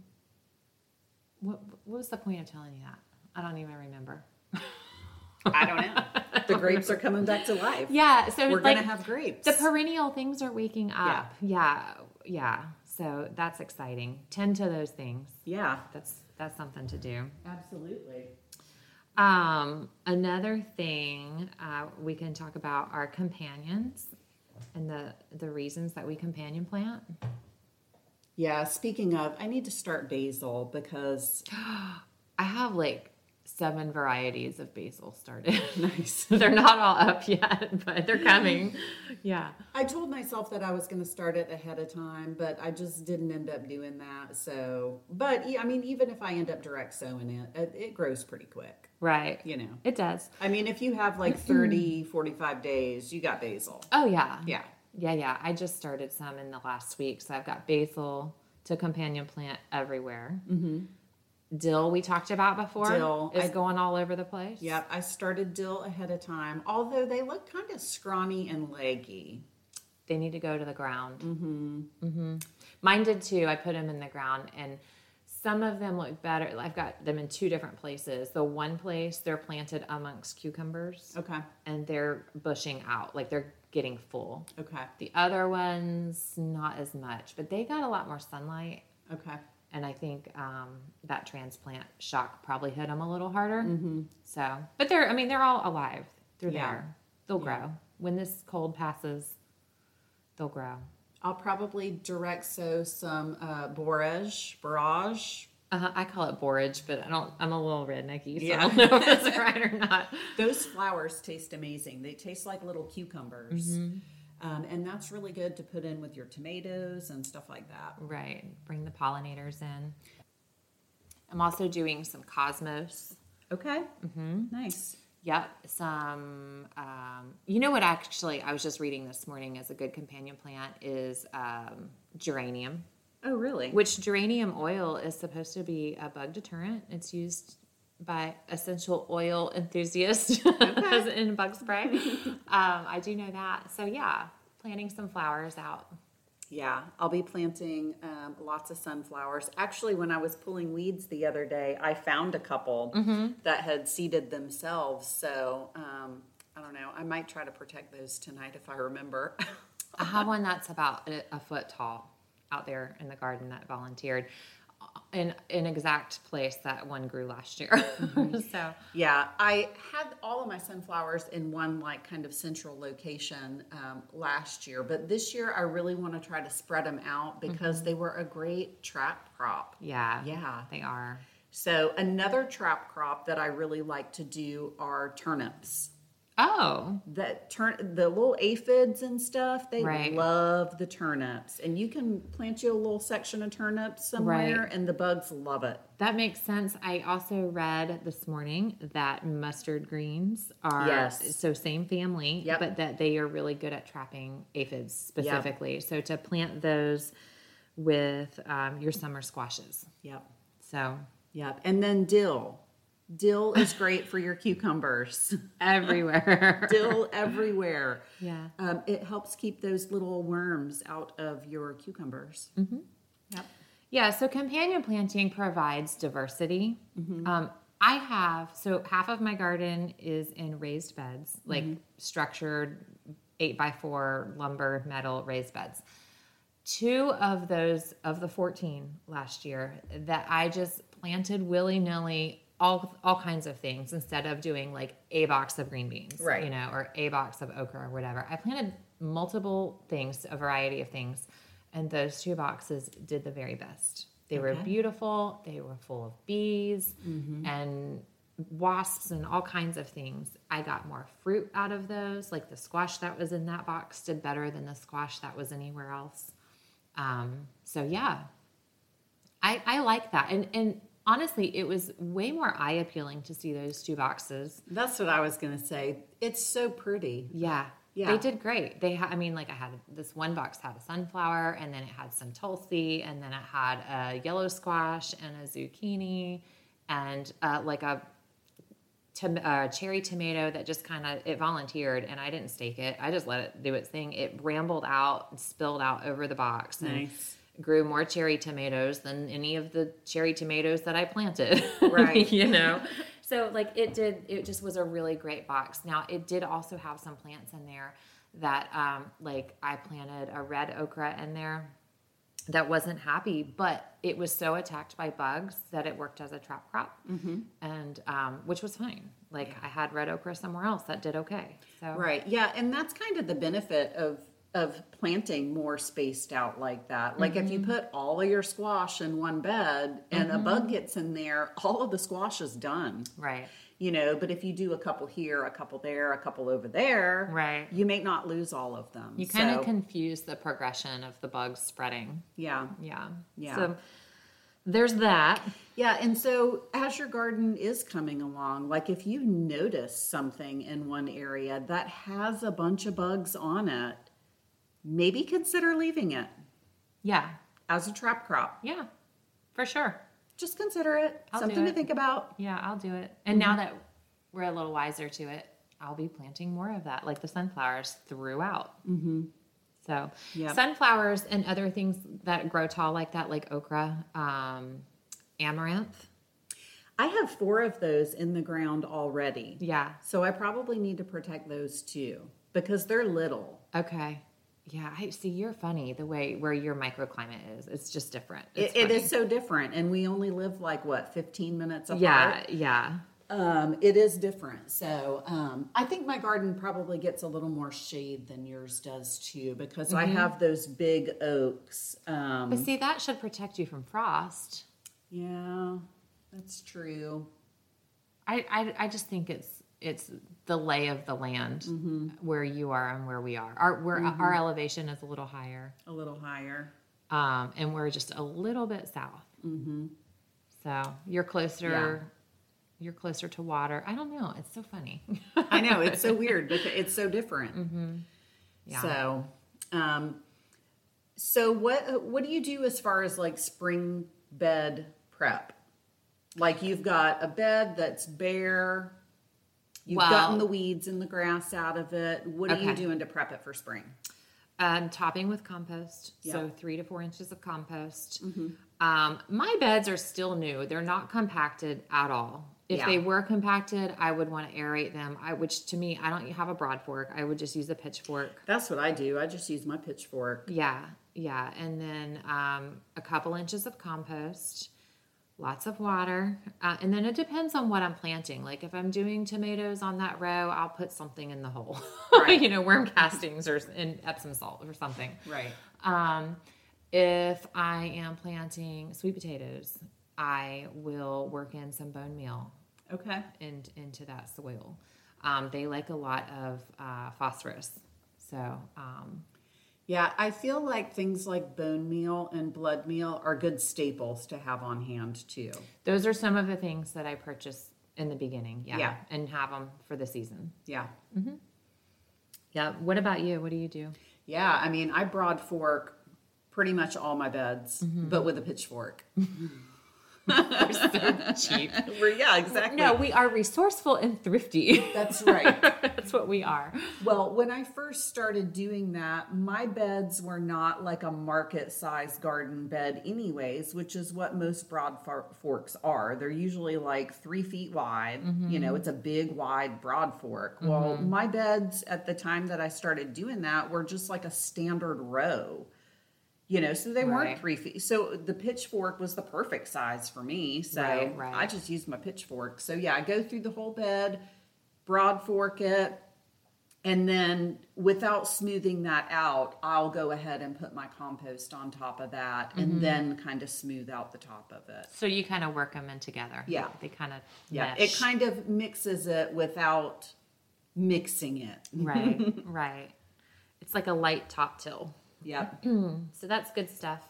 [SPEAKER 2] what what was the point of telling you that? I don't even remember.
[SPEAKER 1] I don't know. the grapes are coming back to life.
[SPEAKER 2] Yeah, so
[SPEAKER 1] We're
[SPEAKER 2] like,
[SPEAKER 1] gonna have grapes.
[SPEAKER 2] The perennial things are waking up. Yeah. yeah. So that's exciting. Tend to those things.
[SPEAKER 1] yeah,
[SPEAKER 2] That's that's something to do.
[SPEAKER 1] absolutely.
[SPEAKER 2] Um, another thing uh, we can talk about are companions and the the reasons that we companion plant.
[SPEAKER 1] Yeah, speaking of, I need to start basil because
[SPEAKER 2] I have like seven varieties of basil started.
[SPEAKER 1] nice.
[SPEAKER 2] they're not all up yet, but they're coming. Yeah.
[SPEAKER 1] I told myself that I was going to start it ahead of time, but I just didn't end up doing that. So, but yeah, I mean, even if I end up direct sowing it, it, it grows pretty quick,
[SPEAKER 2] Right.
[SPEAKER 1] you know.
[SPEAKER 2] It does.
[SPEAKER 1] I mean, if you have like 30, 45 days, you got basil.
[SPEAKER 2] Oh yeah.
[SPEAKER 1] Yeah.
[SPEAKER 2] Yeah, yeah. I just started some in the last week, so I've got basil to companion plant everywhere. Mm-hmm. Dill we talked about before
[SPEAKER 1] Dill.
[SPEAKER 2] is
[SPEAKER 1] I-
[SPEAKER 2] going all over the place.
[SPEAKER 1] Yep. I started dill ahead of time, although they look kind of scrawny and leggy.
[SPEAKER 2] they need to go to the ground. Mm-hmm. Mm-hmm. Mine did too. I put them in the ground, and some of them look better. I've got them in two different places. The one place they're planted amongst cucumbers,
[SPEAKER 1] Okay.
[SPEAKER 2] and they're bushing out, like they're getting full.
[SPEAKER 1] Okay.
[SPEAKER 2] The other ones, not as much, but they got a lot more sunlight.
[SPEAKER 1] Okay.
[SPEAKER 2] And I think um, that transplant shock probably hit them a little harder. Mm-hmm. So, but they're, I mean, they're all alive. They're
[SPEAKER 1] Yeah.
[SPEAKER 2] there. They'll grow. When this cold passes, they'll grow.
[SPEAKER 1] I'll probably direct sow some uh, borage, barrage.
[SPEAKER 2] Uh, I call it borage, but I don't. I'm a little rednecky, so
[SPEAKER 1] Yeah.
[SPEAKER 2] I don't know if it's right or not.
[SPEAKER 1] Those flowers taste amazing. They taste like little cucumbers. Um, and that's really good to put in with your tomatoes and stuff like that.
[SPEAKER 2] Right. Bring the pollinators in. I'm also doing some cosmos.
[SPEAKER 1] Okay. Mm-hmm. Nice.
[SPEAKER 2] Yep. Some. Um, you know what? Actually, I was just reading this morning as a good companion plant is um, geranium,
[SPEAKER 1] Oh, really?
[SPEAKER 2] which geranium oil is supposed to be a bug deterrent. It's used by essential oil enthusiasts as in bug spray. um, I do know that. So yeah, planting some flowers out.
[SPEAKER 1] Yeah, I'll be planting um, lots of sunflowers. Actually, when I was pulling weeds the other day, I found a couple that had seeded themselves. So um, I don't know. I might try to protect those tonight if I remember.
[SPEAKER 2] I have one that's about a, a foot tall out there in the garden that volunteered in an exact place that one grew last year. so
[SPEAKER 1] yeah, I had all of my sunflowers in one like kind of central location um, last year, but this year I really want to try to spread them out because they were a great trap crop.
[SPEAKER 2] yeah,
[SPEAKER 1] Yeah.
[SPEAKER 2] they are.
[SPEAKER 1] So another trap crop that I really like to do are turnips.
[SPEAKER 2] Oh,
[SPEAKER 1] that turn the little aphids and stuff they
[SPEAKER 2] Right.
[SPEAKER 1] love the turnips and you can plant you a little section of turnips somewhere
[SPEAKER 2] Right.
[SPEAKER 1] and the bugs love it
[SPEAKER 2] that makes sense. I also read this morning that mustard greens are
[SPEAKER 1] Yes.
[SPEAKER 2] so same family,
[SPEAKER 1] Yep.
[SPEAKER 2] but that they are really good at trapping aphids specifically. So to plant those with um, your summer squashes.
[SPEAKER 1] yep
[SPEAKER 2] So
[SPEAKER 1] yep and then dill dill is great for your cucumbers
[SPEAKER 2] everywhere.
[SPEAKER 1] dill everywhere
[SPEAKER 2] yeah.
[SPEAKER 1] um, it helps keep those little worms out of your cucumbers mm-hmm. yep
[SPEAKER 2] Yeah, so companion planting provides diversity. Um, I have, so half of my garden is in raised beds, like structured eight by four lumber metal raised beds. Two of those, of the 14 last year, that I just planted willy nilly. All, all kinds of things instead of doing like a box of green beans,
[SPEAKER 1] Right.
[SPEAKER 2] You know, or a box of okra or whatever. I planted multiple things, a variety of things, and those two boxes did the very best. They were beautiful, they were full of bees and wasps and all kinds of things. I got more fruit out of those. Like the squash that was in that box did better than the squash that was anywhere else. Um, so, yeah, I, I like that. And, and honestly, it was way more eye appealing to see those two boxes
[SPEAKER 1] that's what i was gonna say it's so pretty
[SPEAKER 2] yeah.
[SPEAKER 1] Yeah.
[SPEAKER 2] They did great. They ha- I mean like I had this one box had a sunflower and then it had some tulsi and then it had a yellow squash and a zucchini and uh, like a tom- uh, cherry tomato that just kind of it volunteered and I didn't stake it. I just let it do its thing. It rambled out, and spilled out over the box and
[SPEAKER 1] Nice.
[SPEAKER 2] grew more cherry tomatoes than any of the cherry tomatoes that I planted.
[SPEAKER 1] Right.
[SPEAKER 2] you know. So like it did it just was a really great box. Now it did also have some plants in there that um like I planted a red okra in there that wasn't happy, but it was so attacked by bugs that it worked as a trap crop,
[SPEAKER 1] Mm-hmm.
[SPEAKER 2] and um, which was fine. Like I had red okra somewhere else that did okay. So
[SPEAKER 1] Right. Yeah. And that's kind of the benefit of of planting more spaced out like that. Like if you
[SPEAKER 2] Mm-hmm.
[SPEAKER 1] put all of your squash in one bed and a bug gets in there, all of the squash is done.
[SPEAKER 2] Right.
[SPEAKER 1] You know, but if you do a couple here, a couple there, a couple over there,
[SPEAKER 2] Right.
[SPEAKER 1] you may not lose all of them.
[SPEAKER 2] You kind of
[SPEAKER 1] So,
[SPEAKER 2] confuse the progression of the bugs spreading.
[SPEAKER 1] yeah.
[SPEAKER 2] Yeah.
[SPEAKER 1] Yeah.
[SPEAKER 2] So there's that.
[SPEAKER 1] Yeah, and so as your garden is coming along, like if you notice something in one area that has a bunch of bugs on it, maybe consider leaving it
[SPEAKER 2] Yeah.
[SPEAKER 1] as a trap crop.
[SPEAKER 2] Yeah. For sure.
[SPEAKER 1] Just consider it
[SPEAKER 2] I'll do
[SPEAKER 1] something to
[SPEAKER 2] it.
[SPEAKER 1] think about.
[SPEAKER 2] Yeah, I'll do it. And
[SPEAKER 1] Mm-hmm.
[SPEAKER 2] now that we're a little wiser to it, I'll be planting more of that, like the sunflowers throughout. Mm-hmm. So,
[SPEAKER 1] Yep.
[SPEAKER 2] sunflowers and other things that grow tall like that, like okra, um, amaranth.
[SPEAKER 1] I have four of those in the ground already,
[SPEAKER 2] Yeah.
[SPEAKER 1] so I probably need to protect those too because they're little.
[SPEAKER 2] Okay. Yeah. I see. You're funny the way where your microclimate is. It's just different.
[SPEAKER 1] It,
[SPEAKER 2] It's
[SPEAKER 1] it
[SPEAKER 2] funny.
[SPEAKER 1] is so different, and we only live like what 15 minutes apart.
[SPEAKER 2] Yeah. Yeah.
[SPEAKER 1] um, it is different. So um, I think my garden probably gets a little more shade than yours does too, because I
[SPEAKER 2] Mm-hmm.
[SPEAKER 1] have those big oaks.
[SPEAKER 2] But
[SPEAKER 1] Um,
[SPEAKER 2] see, that should protect you from frost.
[SPEAKER 1] yeah, that's true.
[SPEAKER 2] I, I, I just think it's it's the lay of the land where you are and where we are. Our we're, our elevation is a little higher,
[SPEAKER 1] A little higher.
[SPEAKER 2] um, and we're just a little bit south. So you're closer. You're closer to water. I don't know. It's so funny.
[SPEAKER 1] I know it's so weird because it's so different.
[SPEAKER 2] Mm-hmm. Yeah.
[SPEAKER 1] So, um, so what what do you do as far as like spring bed prep? Like you've got a bed that's bare. You've
[SPEAKER 2] Well-
[SPEAKER 1] gotten the weeds and the grass out of it. What are you
[SPEAKER 2] Okay.
[SPEAKER 1] doing to prep it for spring?
[SPEAKER 2] Um, topping with compost,
[SPEAKER 1] Yeah. Mm-hmm.
[SPEAKER 2] so three to four inches of compost. Um, my beds are still new; they're not compacted at all. If
[SPEAKER 1] Yeah.
[SPEAKER 2] they were compacted, I would want to aerate them. I, which to me, I don't have a broad fork. I would just use a pitchfork.
[SPEAKER 1] That's what I do. I just use my pitchfork.
[SPEAKER 2] Yeah, yeah, and then um, a couple inches of compost, lots of water, uh, and then it depends on what I'm planting. Like if I'm doing tomatoes on that row, I'll put something in the hole, you know, worm castings or in Epsom salt or something.
[SPEAKER 1] Right.
[SPEAKER 2] Um, if I am planting sweet potatoes, I will work in some bone meal
[SPEAKER 1] Okay.
[SPEAKER 2] in, into that soil. Um, they like a lot of uh, phosphorus. So, um,
[SPEAKER 1] Yeah, I feel like things like bone meal and blood meal are good staples to have on hand too.
[SPEAKER 2] those are some of the things that I purchase in the beginning. Yeah.
[SPEAKER 1] Yeah.
[SPEAKER 2] And have them for the season.
[SPEAKER 1] Yeah.
[SPEAKER 2] Yeah. What about you? What do you do?
[SPEAKER 1] Yeah, I mean, I broad fork pretty much all my beds, but with a pitchfork.
[SPEAKER 2] Cheap.
[SPEAKER 1] yeah, exactly.
[SPEAKER 2] no, we are resourceful and thrifty.
[SPEAKER 1] That's right.
[SPEAKER 2] That's what we are.
[SPEAKER 1] Well, when I first started doing that, my beds were not like a market size garden bed, anyways, which is what most broad for- forks are. They're usually like three feet wide. You know, it's a big, wide, broad fork. Well, my beds at the time that I started doing that were just like a standard row. You know, so they weren't
[SPEAKER 2] Right.
[SPEAKER 1] three feet. So the pitchfork was the perfect size for me. So
[SPEAKER 2] Right, right.
[SPEAKER 1] I just used my pitchfork. So yeah, I go through the whole bed, broad fork it, and then without smoothing that out, I'll go ahead and put my compost on top of that
[SPEAKER 2] Mm-hmm.
[SPEAKER 1] and then kind of smooth out the top of it.
[SPEAKER 2] So you kind of work them in together.
[SPEAKER 1] Yeah.
[SPEAKER 2] They kind of,
[SPEAKER 1] Yeah. It kind of mixes it without mixing it.
[SPEAKER 2] Right, right. It's like a light top till.
[SPEAKER 1] Yep.
[SPEAKER 2] So that's good stuff.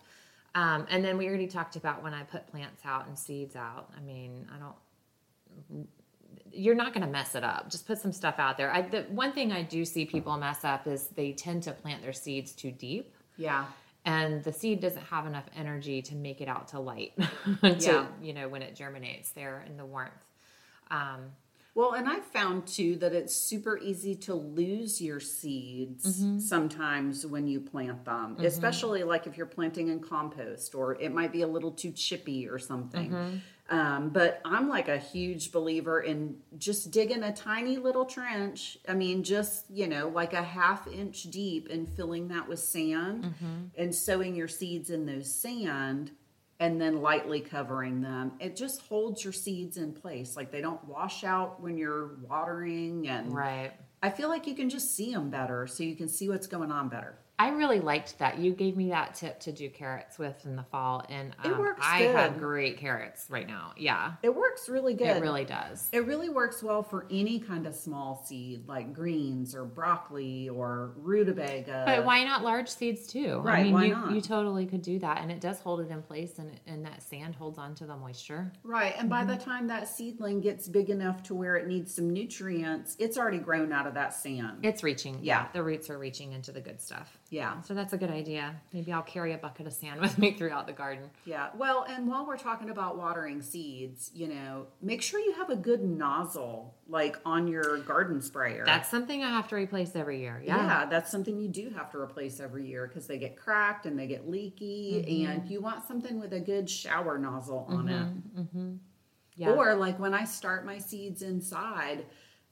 [SPEAKER 2] Um, and then we already talked about when I put plants out and seeds out. I mean, I don't. You're not going to mess it up. Just put some stuff out there. I, the one thing I do see people mess up is they tend to plant their seeds too deep,
[SPEAKER 1] Yeah.
[SPEAKER 2] and the seed doesn't have enough energy to make it out to light. to,
[SPEAKER 1] Yeah.
[SPEAKER 2] You know, when it germinates there in the warmth. Um,
[SPEAKER 1] Well, and I found too that it's super easy to lose your seeds sometimes when you plant them, especially like if you're planting in compost or it might be a little too chippy or something. Um, but I'm like a huge believer in just digging a tiny little trench. I mean, just, you know, like a half inch deep and filling that with sand and sowing your seeds in those sand and then lightly covering them. It just holds your seeds in place. Like they don't wash out when you're watering. And
[SPEAKER 2] right.
[SPEAKER 1] I feel like you can just see them better so you can see what's going on better.
[SPEAKER 2] I really liked that. You gave me that tip to do carrots with in the fall, and
[SPEAKER 1] It
[SPEAKER 2] um,
[SPEAKER 1] works
[SPEAKER 2] I have
[SPEAKER 1] good.
[SPEAKER 2] great carrots right now. Yeah,
[SPEAKER 1] It works really good.
[SPEAKER 2] it really does.
[SPEAKER 1] It really works well for any kind of small seed like greens or broccoli or rutabaga.
[SPEAKER 2] But why not large seeds too? I
[SPEAKER 1] Right,
[SPEAKER 2] mean,
[SPEAKER 1] why
[SPEAKER 2] you,
[SPEAKER 1] not?
[SPEAKER 2] you totally could do that, and it does hold it in place, and and that sand holds on to the moisture.
[SPEAKER 1] Right, and
[SPEAKER 2] Mm-hmm.
[SPEAKER 1] by the time that seedling gets big enough to where it needs some nutrients, it's already grown out of that sand.
[SPEAKER 2] It's reaching.
[SPEAKER 1] Yeah.
[SPEAKER 2] the roots are reaching into the good stuff.
[SPEAKER 1] Yeah.
[SPEAKER 2] So that's a good idea. Maybe I'll carry a bucket of sand with me throughout the garden.
[SPEAKER 1] Yeah. Well, and while we're talking about watering seeds, you know, make sure you have a good nozzle like on your garden sprayer.
[SPEAKER 2] That's something I have to replace every year.
[SPEAKER 1] yeah.
[SPEAKER 2] Yeah.
[SPEAKER 1] that's something you do have to replace every year because they get cracked and they get leaky,
[SPEAKER 2] Mm-hmm.
[SPEAKER 1] and you want something with a good shower nozzle on it.
[SPEAKER 2] mm-hmm. Yeah.
[SPEAKER 1] Or like when I start my seeds inside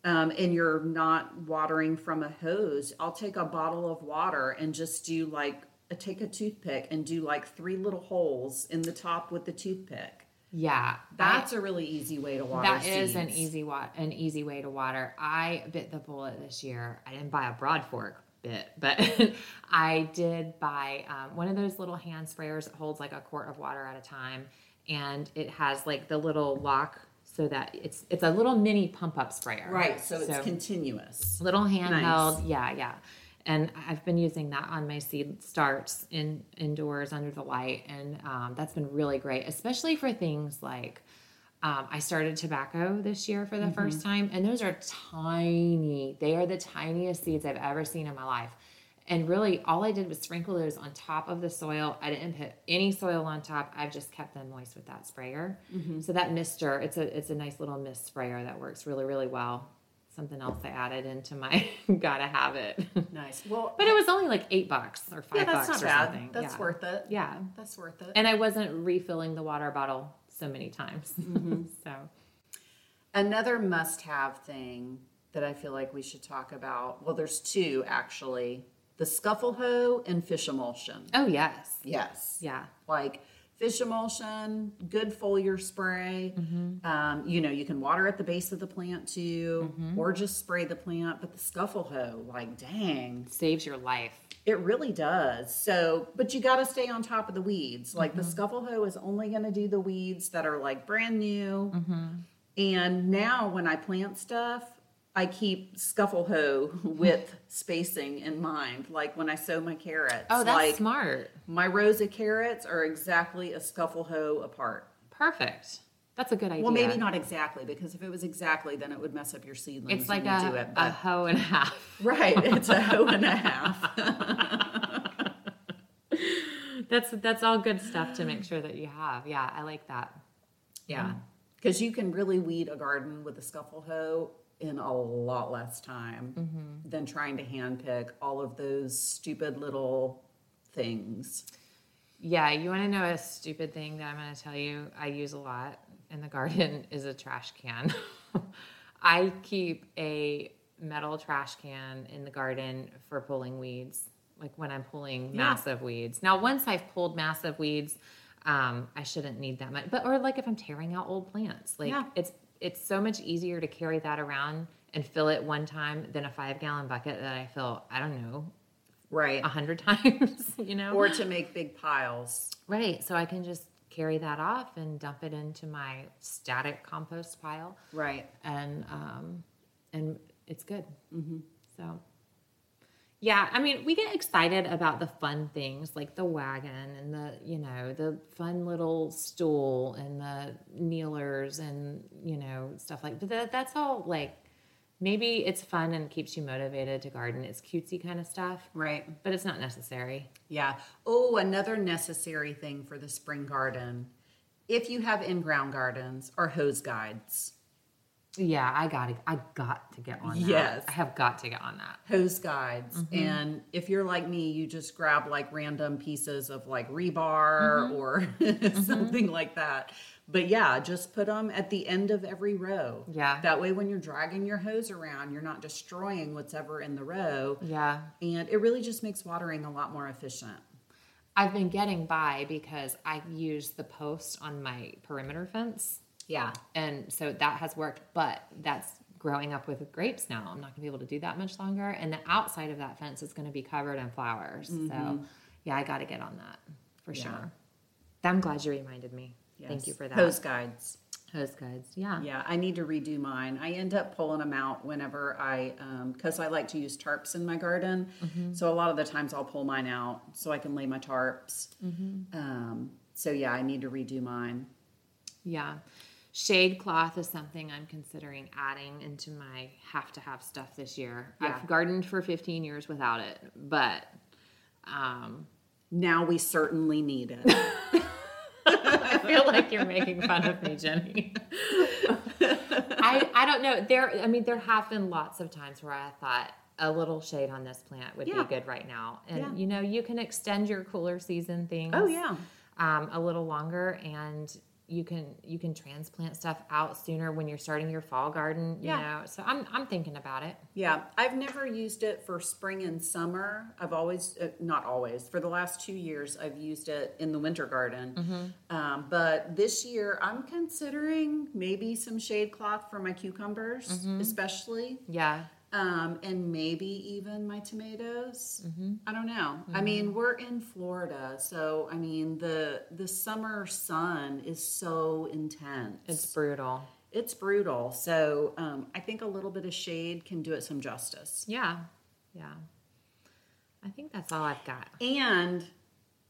[SPEAKER 1] um, and you're not watering from a hose, I'll take a bottle of water and just do like, uh, take a toothpick and do like three little holes in the top with the toothpick.
[SPEAKER 2] yeah. I-
[SPEAKER 1] That's a really easy way to water
[SPEAKER 2] That
[SPEAKER 1] seeds.
[SPEAKER 2] is an easy wa- an easy way to water. I bit the bullet this year. I didn't buy a broad fork bit, but I did buy um, one of those little hand sprayers that holds like a quart of water at a time, and it has like the little lock so that it's it's a little mini pump up sprayer.
[SPEAKER 1] Right, so it's continuous.
[SPEAKER 2] little handheld. Yeah, yeah. And I've been using that on my seed starts in indoors under the light, and um, that's been really great, especially for things like um, I started tobacco this year for the first time, and those are tiny. They are the tiniest seeds I've ever seen in my life. And really, all I did was sprinkle those on top of the soil. I didn't put any soil on top. I've just kept them moist with that sprayer. So that mister, it's a it's a nice little mist sprayer that works really really well. Something else I added into my gotta have it. but
[SPEAKER 1] Nice. Well,
[SPEAKER 2] it was only like eight bucks or five
[SPEAKER 1] yeah, that's
[SPEAKER 2] bucks
[SPEAKER 1] not
[SPEAKER 2] or
[SPEAKER 1] bad.
[SPEAKER 2] something.
[SPEAKER 1] That's
[SPEAKER 2] yeah.
[SPEAKER 1] worth it.
[SPEAKER 2] Yeah,
[SPEAKER 1] That's worth it.
[SPEAKER 2] and I wasn't refilling the water bottle so many times.
[SPEAKER 1] Mm-hmm.
[SPEAKER 2] so
[SPEAKER 1] Another must have thing that I feel like we should talk about well, there's two actually the scuffle hoe and fish emulsion.
[SPEAKER 2] oh yes,
[SPEAKER 1] Yes.
[SPEAKER 2] yeah.
[SPEAKER 1] Like fish emulsion, good foliar spray. Um, you know, you can water at the base of the plant too, or just spray the plant. But the scuffle hoe, like, dang,
[SPEAKER 2] saves your life.
[SPEAKER 1] it really does. So, but you got to stay on top of the weeds. Like
[SPEAKER 2] Mm-hmm.
[SPEAKER 1] the scuffle hoe is only going to do the weeds that are like brand new.
[SPEAKER 2] Mm-hmm.
[SPEAKER 1] And now when I plant stuff, I keep scuffle hoe width spacing in mind. Like when I sow my carrots,
[SPEAKER 2] Oh, that's
[SPEAKER 1] like
[SPEAKER 2] smart.
[SPEAKER 1] my rows of carrots are exactly a scuffle hoe apart.
[SPEAKER 2] Perfect. That's a good idea.
[SPEAKER 1] Well, maybe not exactly because if it was exactly, then it would mess up your seedlings.
[SPEAKER 2] It's like
[SPEAKER 1] when you
[SPEAKER 2] a,
[SPEAKER 1] do it,
[SPEAKER 2] a
[SPEAKER 1] but
[SPEAKER 2] hoe and a half.
[SPEAKER 1] right, it's a hoe and a half.
[SPEAKER 2] That's that's all good stuff to make sure that you have. Yeah, I like that.
[SPEAKER 1] Yeah. Because you can really weed a garden with a scuffle hoe in a lot less time than trying to handpick all of those stupid little things.
[SPEAKER 2] Yeah, you want to know a stupid thing that I'm going to tell you I use a lot in the garden is a trash can. I keep a metal trash can in the garden for pulling weeds, like when I'm pulling massive weeds. Now, once I've pulled massive weeds, um, I shouldn't need that much. But or like if I'm tearing out old plants, like
[SPEAKER 1] Yeah.
[SPEAKER 2] it's it's so much easier to carry that around and fill it one time than a five gallon bucket that I fill. I don't know.
[SPEAKER 1] Right.
[SPEAKER 2] A hundred times, you know,
[SPEAKER 1] Or to make big piles.
[SPEAKER 2] Right. So I can just carry that off and dump it into my static compost pile,
[SPEAKER 1] Right.
[SPEAKER 2] and um, and it's good. Mm-hmm. So. Yeah, I mean, we get excited about the fun things like the wagon and the, you know, the fun little stool and the kneelers and, you know, stuff like but that. That's all like maybe it's fun and keeps you motivated to garden. It's cutesy kind of stuff,
[SPEAKER 1] Right.
[SPEAKER 2] but it's not necessary.
[SPEAKER 1] Yeah. Oh, another necessary thing for the spring garden. If you have in ground gardens, are hose guides.
[SPEAKER 2] Yeah, I got to I got to get on that.
[SPEAKER 1] Yes.
[SPEAKER 2] I have got to get on that.
[SPEAKER 1] hose guides
[SPEAKER 2] Mm-hmm.
[SPEAKER 1] and if you're like me you just grab like random pieces of like rebar
[SPEAKER 2] Mm-hmm.
[SPEAKER 1] or something like that but yeah just put them at the end of every row
[SPEAKER 2] Yeah.
[SPEAKER 1] that way when you're dragging your hose around you're not destroying what's ever in the row
[SPEAKER 2] Yeah.
[SPEAKER 1] and it really just makes watering a lot more efficient
[SPEAKER 2] I've been getting by because I use the post on my perimeter fence.
[SPEAKER 1] yeah
[SPEAKER 2] And so that has worked, but that's growing up with grapes now. I'm not going to be able to do that much longer. And the outside of that fence is going to be covered in flowers. So, yeah, I got to get on that for
[SPEAKER 1] Yeah.
[SPEAKER 2] sure. I'm glad you reminded me. Thank
[SPEAKER 1] Yes.
[SPEAKER 2] you for that.
[SPEAKER 1] Those guides.
[SPEAKER 2] Host guides. Yeah.
[SPEAKER 1] Yeah, I need to redo mine. I end up pulling them out whenever I, because I like to use tarps in my garden. So a lot of the times I'll pull mine out so I can lay my tarps. Um, so yeah, I need to redo mine.
[SPEAKER 2] Yeah. Shade cloth is something I'm considering adding into my have to have stuff this year.
[SPEAKER 1] Yeah.
[SPEAKER 2] I've gardened for 15 years without it, but um,
[SPEAKER 1] Now we certainly need it.
[SPEAKER 2] I feel like you're making fun of me, Jenny. I, I don't know. There, I mean, there have been lots of times where I thought a little shade on this plant would
[SPEAKER 1] Yeah.
[SPEAKER 2] be good right now. And
[SPEAKER 1] Yeah.
[SPEAKER 2] you know, you can extend your cooler season things.
[SPEAKER 1] oh yeah,
[SPEAKER 2] um, a little longer and you can you can transplant stuff out sooner when you're starting your fall garden you
[SPEAKER 1] Yeah.
[SPEAKER 2] know so i'm i'm thinking about it
[SPEAKER 1] yeah. I've never used it for spring and summer. I've always, uh, not always, for the last two years, I've used it in the winter garden. Um, but this year, I'm considering maybe some shade cloth for my cucumbers, especially.
[SPEAKER 2] yeah
[SPEAKER 1] um, and maybe even my tomatoes. I don't know. I mean, we're in Florida, so I mean the the summer sun is so intense.
[SPEAKER 2] it's brutal
[SPEAKER 1] it's brutal. So um, I think a little bit of shade can do it some justice.
[SPEAKER 2] yeah yeah i think that's all i've got
[SPEAKER 1] And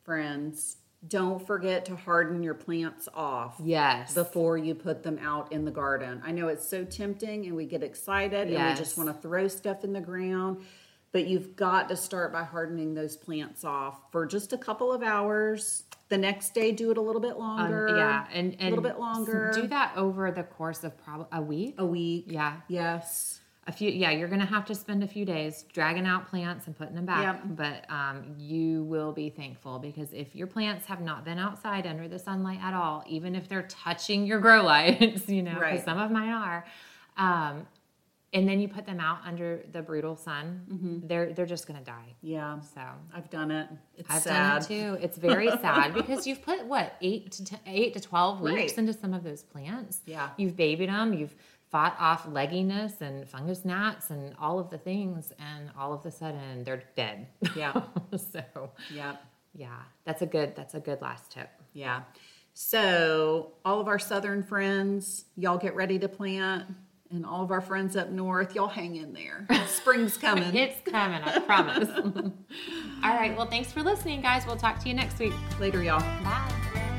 [SPEAKER 1] friends, don't forget to harden your plants off.
[SPEAKER 2] yes
[SPEAKER 1] Before you put them out in the garden, I know it's so tempting and we get excited and we just
[SPEAKER 2] Yes.
[SPEAKER 1] want to throw stuff in the ground, but you've got to start by hardening those plants off for just a couple of hours. The next day, do it a little bit
[SPEAKER 2] Um,
[SPEAKER 1] longer.
[SPEAKER 2] yeah and, and
[SPEAKER 1] a little bit longer.
[SPEAKER 2] do that over the course of probably a week
[SPEAKER 1] a week.
[SPEAKER 2] yeah
[SPEAKER 1] Yes.
[SPEAKER 2] a few yeah you're gonna have to spend a few days dragging out plants and putting them back
[SPEAKER 1] Yep.
[SPEAKER 2] but um, you will be thankful because if your plants have not been outside under the sunlight at all even if they're touching your grow lights you know 'cause
[SPEAKER 1] Right.
[SPEAKER 2] some of mine are um, and then you put them out under the brutal sun
[SPEAKER 1] Mm-hmm.
[SPEAKER 2] they're they're just gonna die
[SPEAKER 1] Yeah.
[SPEAKER 2] so
[SPEAKER 1] I've done it. It's
[SPEAKER 2] I've
[SPEAKER 1] sad.
[SPEAKER 2] done it too. It's very sad because you've put what eight to ten, eight to twelve weeks
[SPEAKER 1] Right.
[SPEAKER 2] into some of those plants.
[SPEAKER 1] Yeah.
[SPEAKER 2] you've babied them. You've fought off legginess and fungus gnats and all of the things, and all of a sudden they're dead.
[SPEAKER 1] Yeah.
[SPEAKER 2] so
[SPEAKER 1] Yeah.
[SPEAKER 2] yeah, that's a good that's a good last tip.
[SPEAKER 1] Yeah. So, all of our southern friends, y'all get ready to plant, and all of our friends up north, y'all hang in there. Spring's coming.
[SPEAKER 2] It's coming, I promise. all right. Well, thanks for listening, guys. We'll talk to you next week.
[SPEAKER 1] Later, y'all.
[SPEAKER 2] Bye.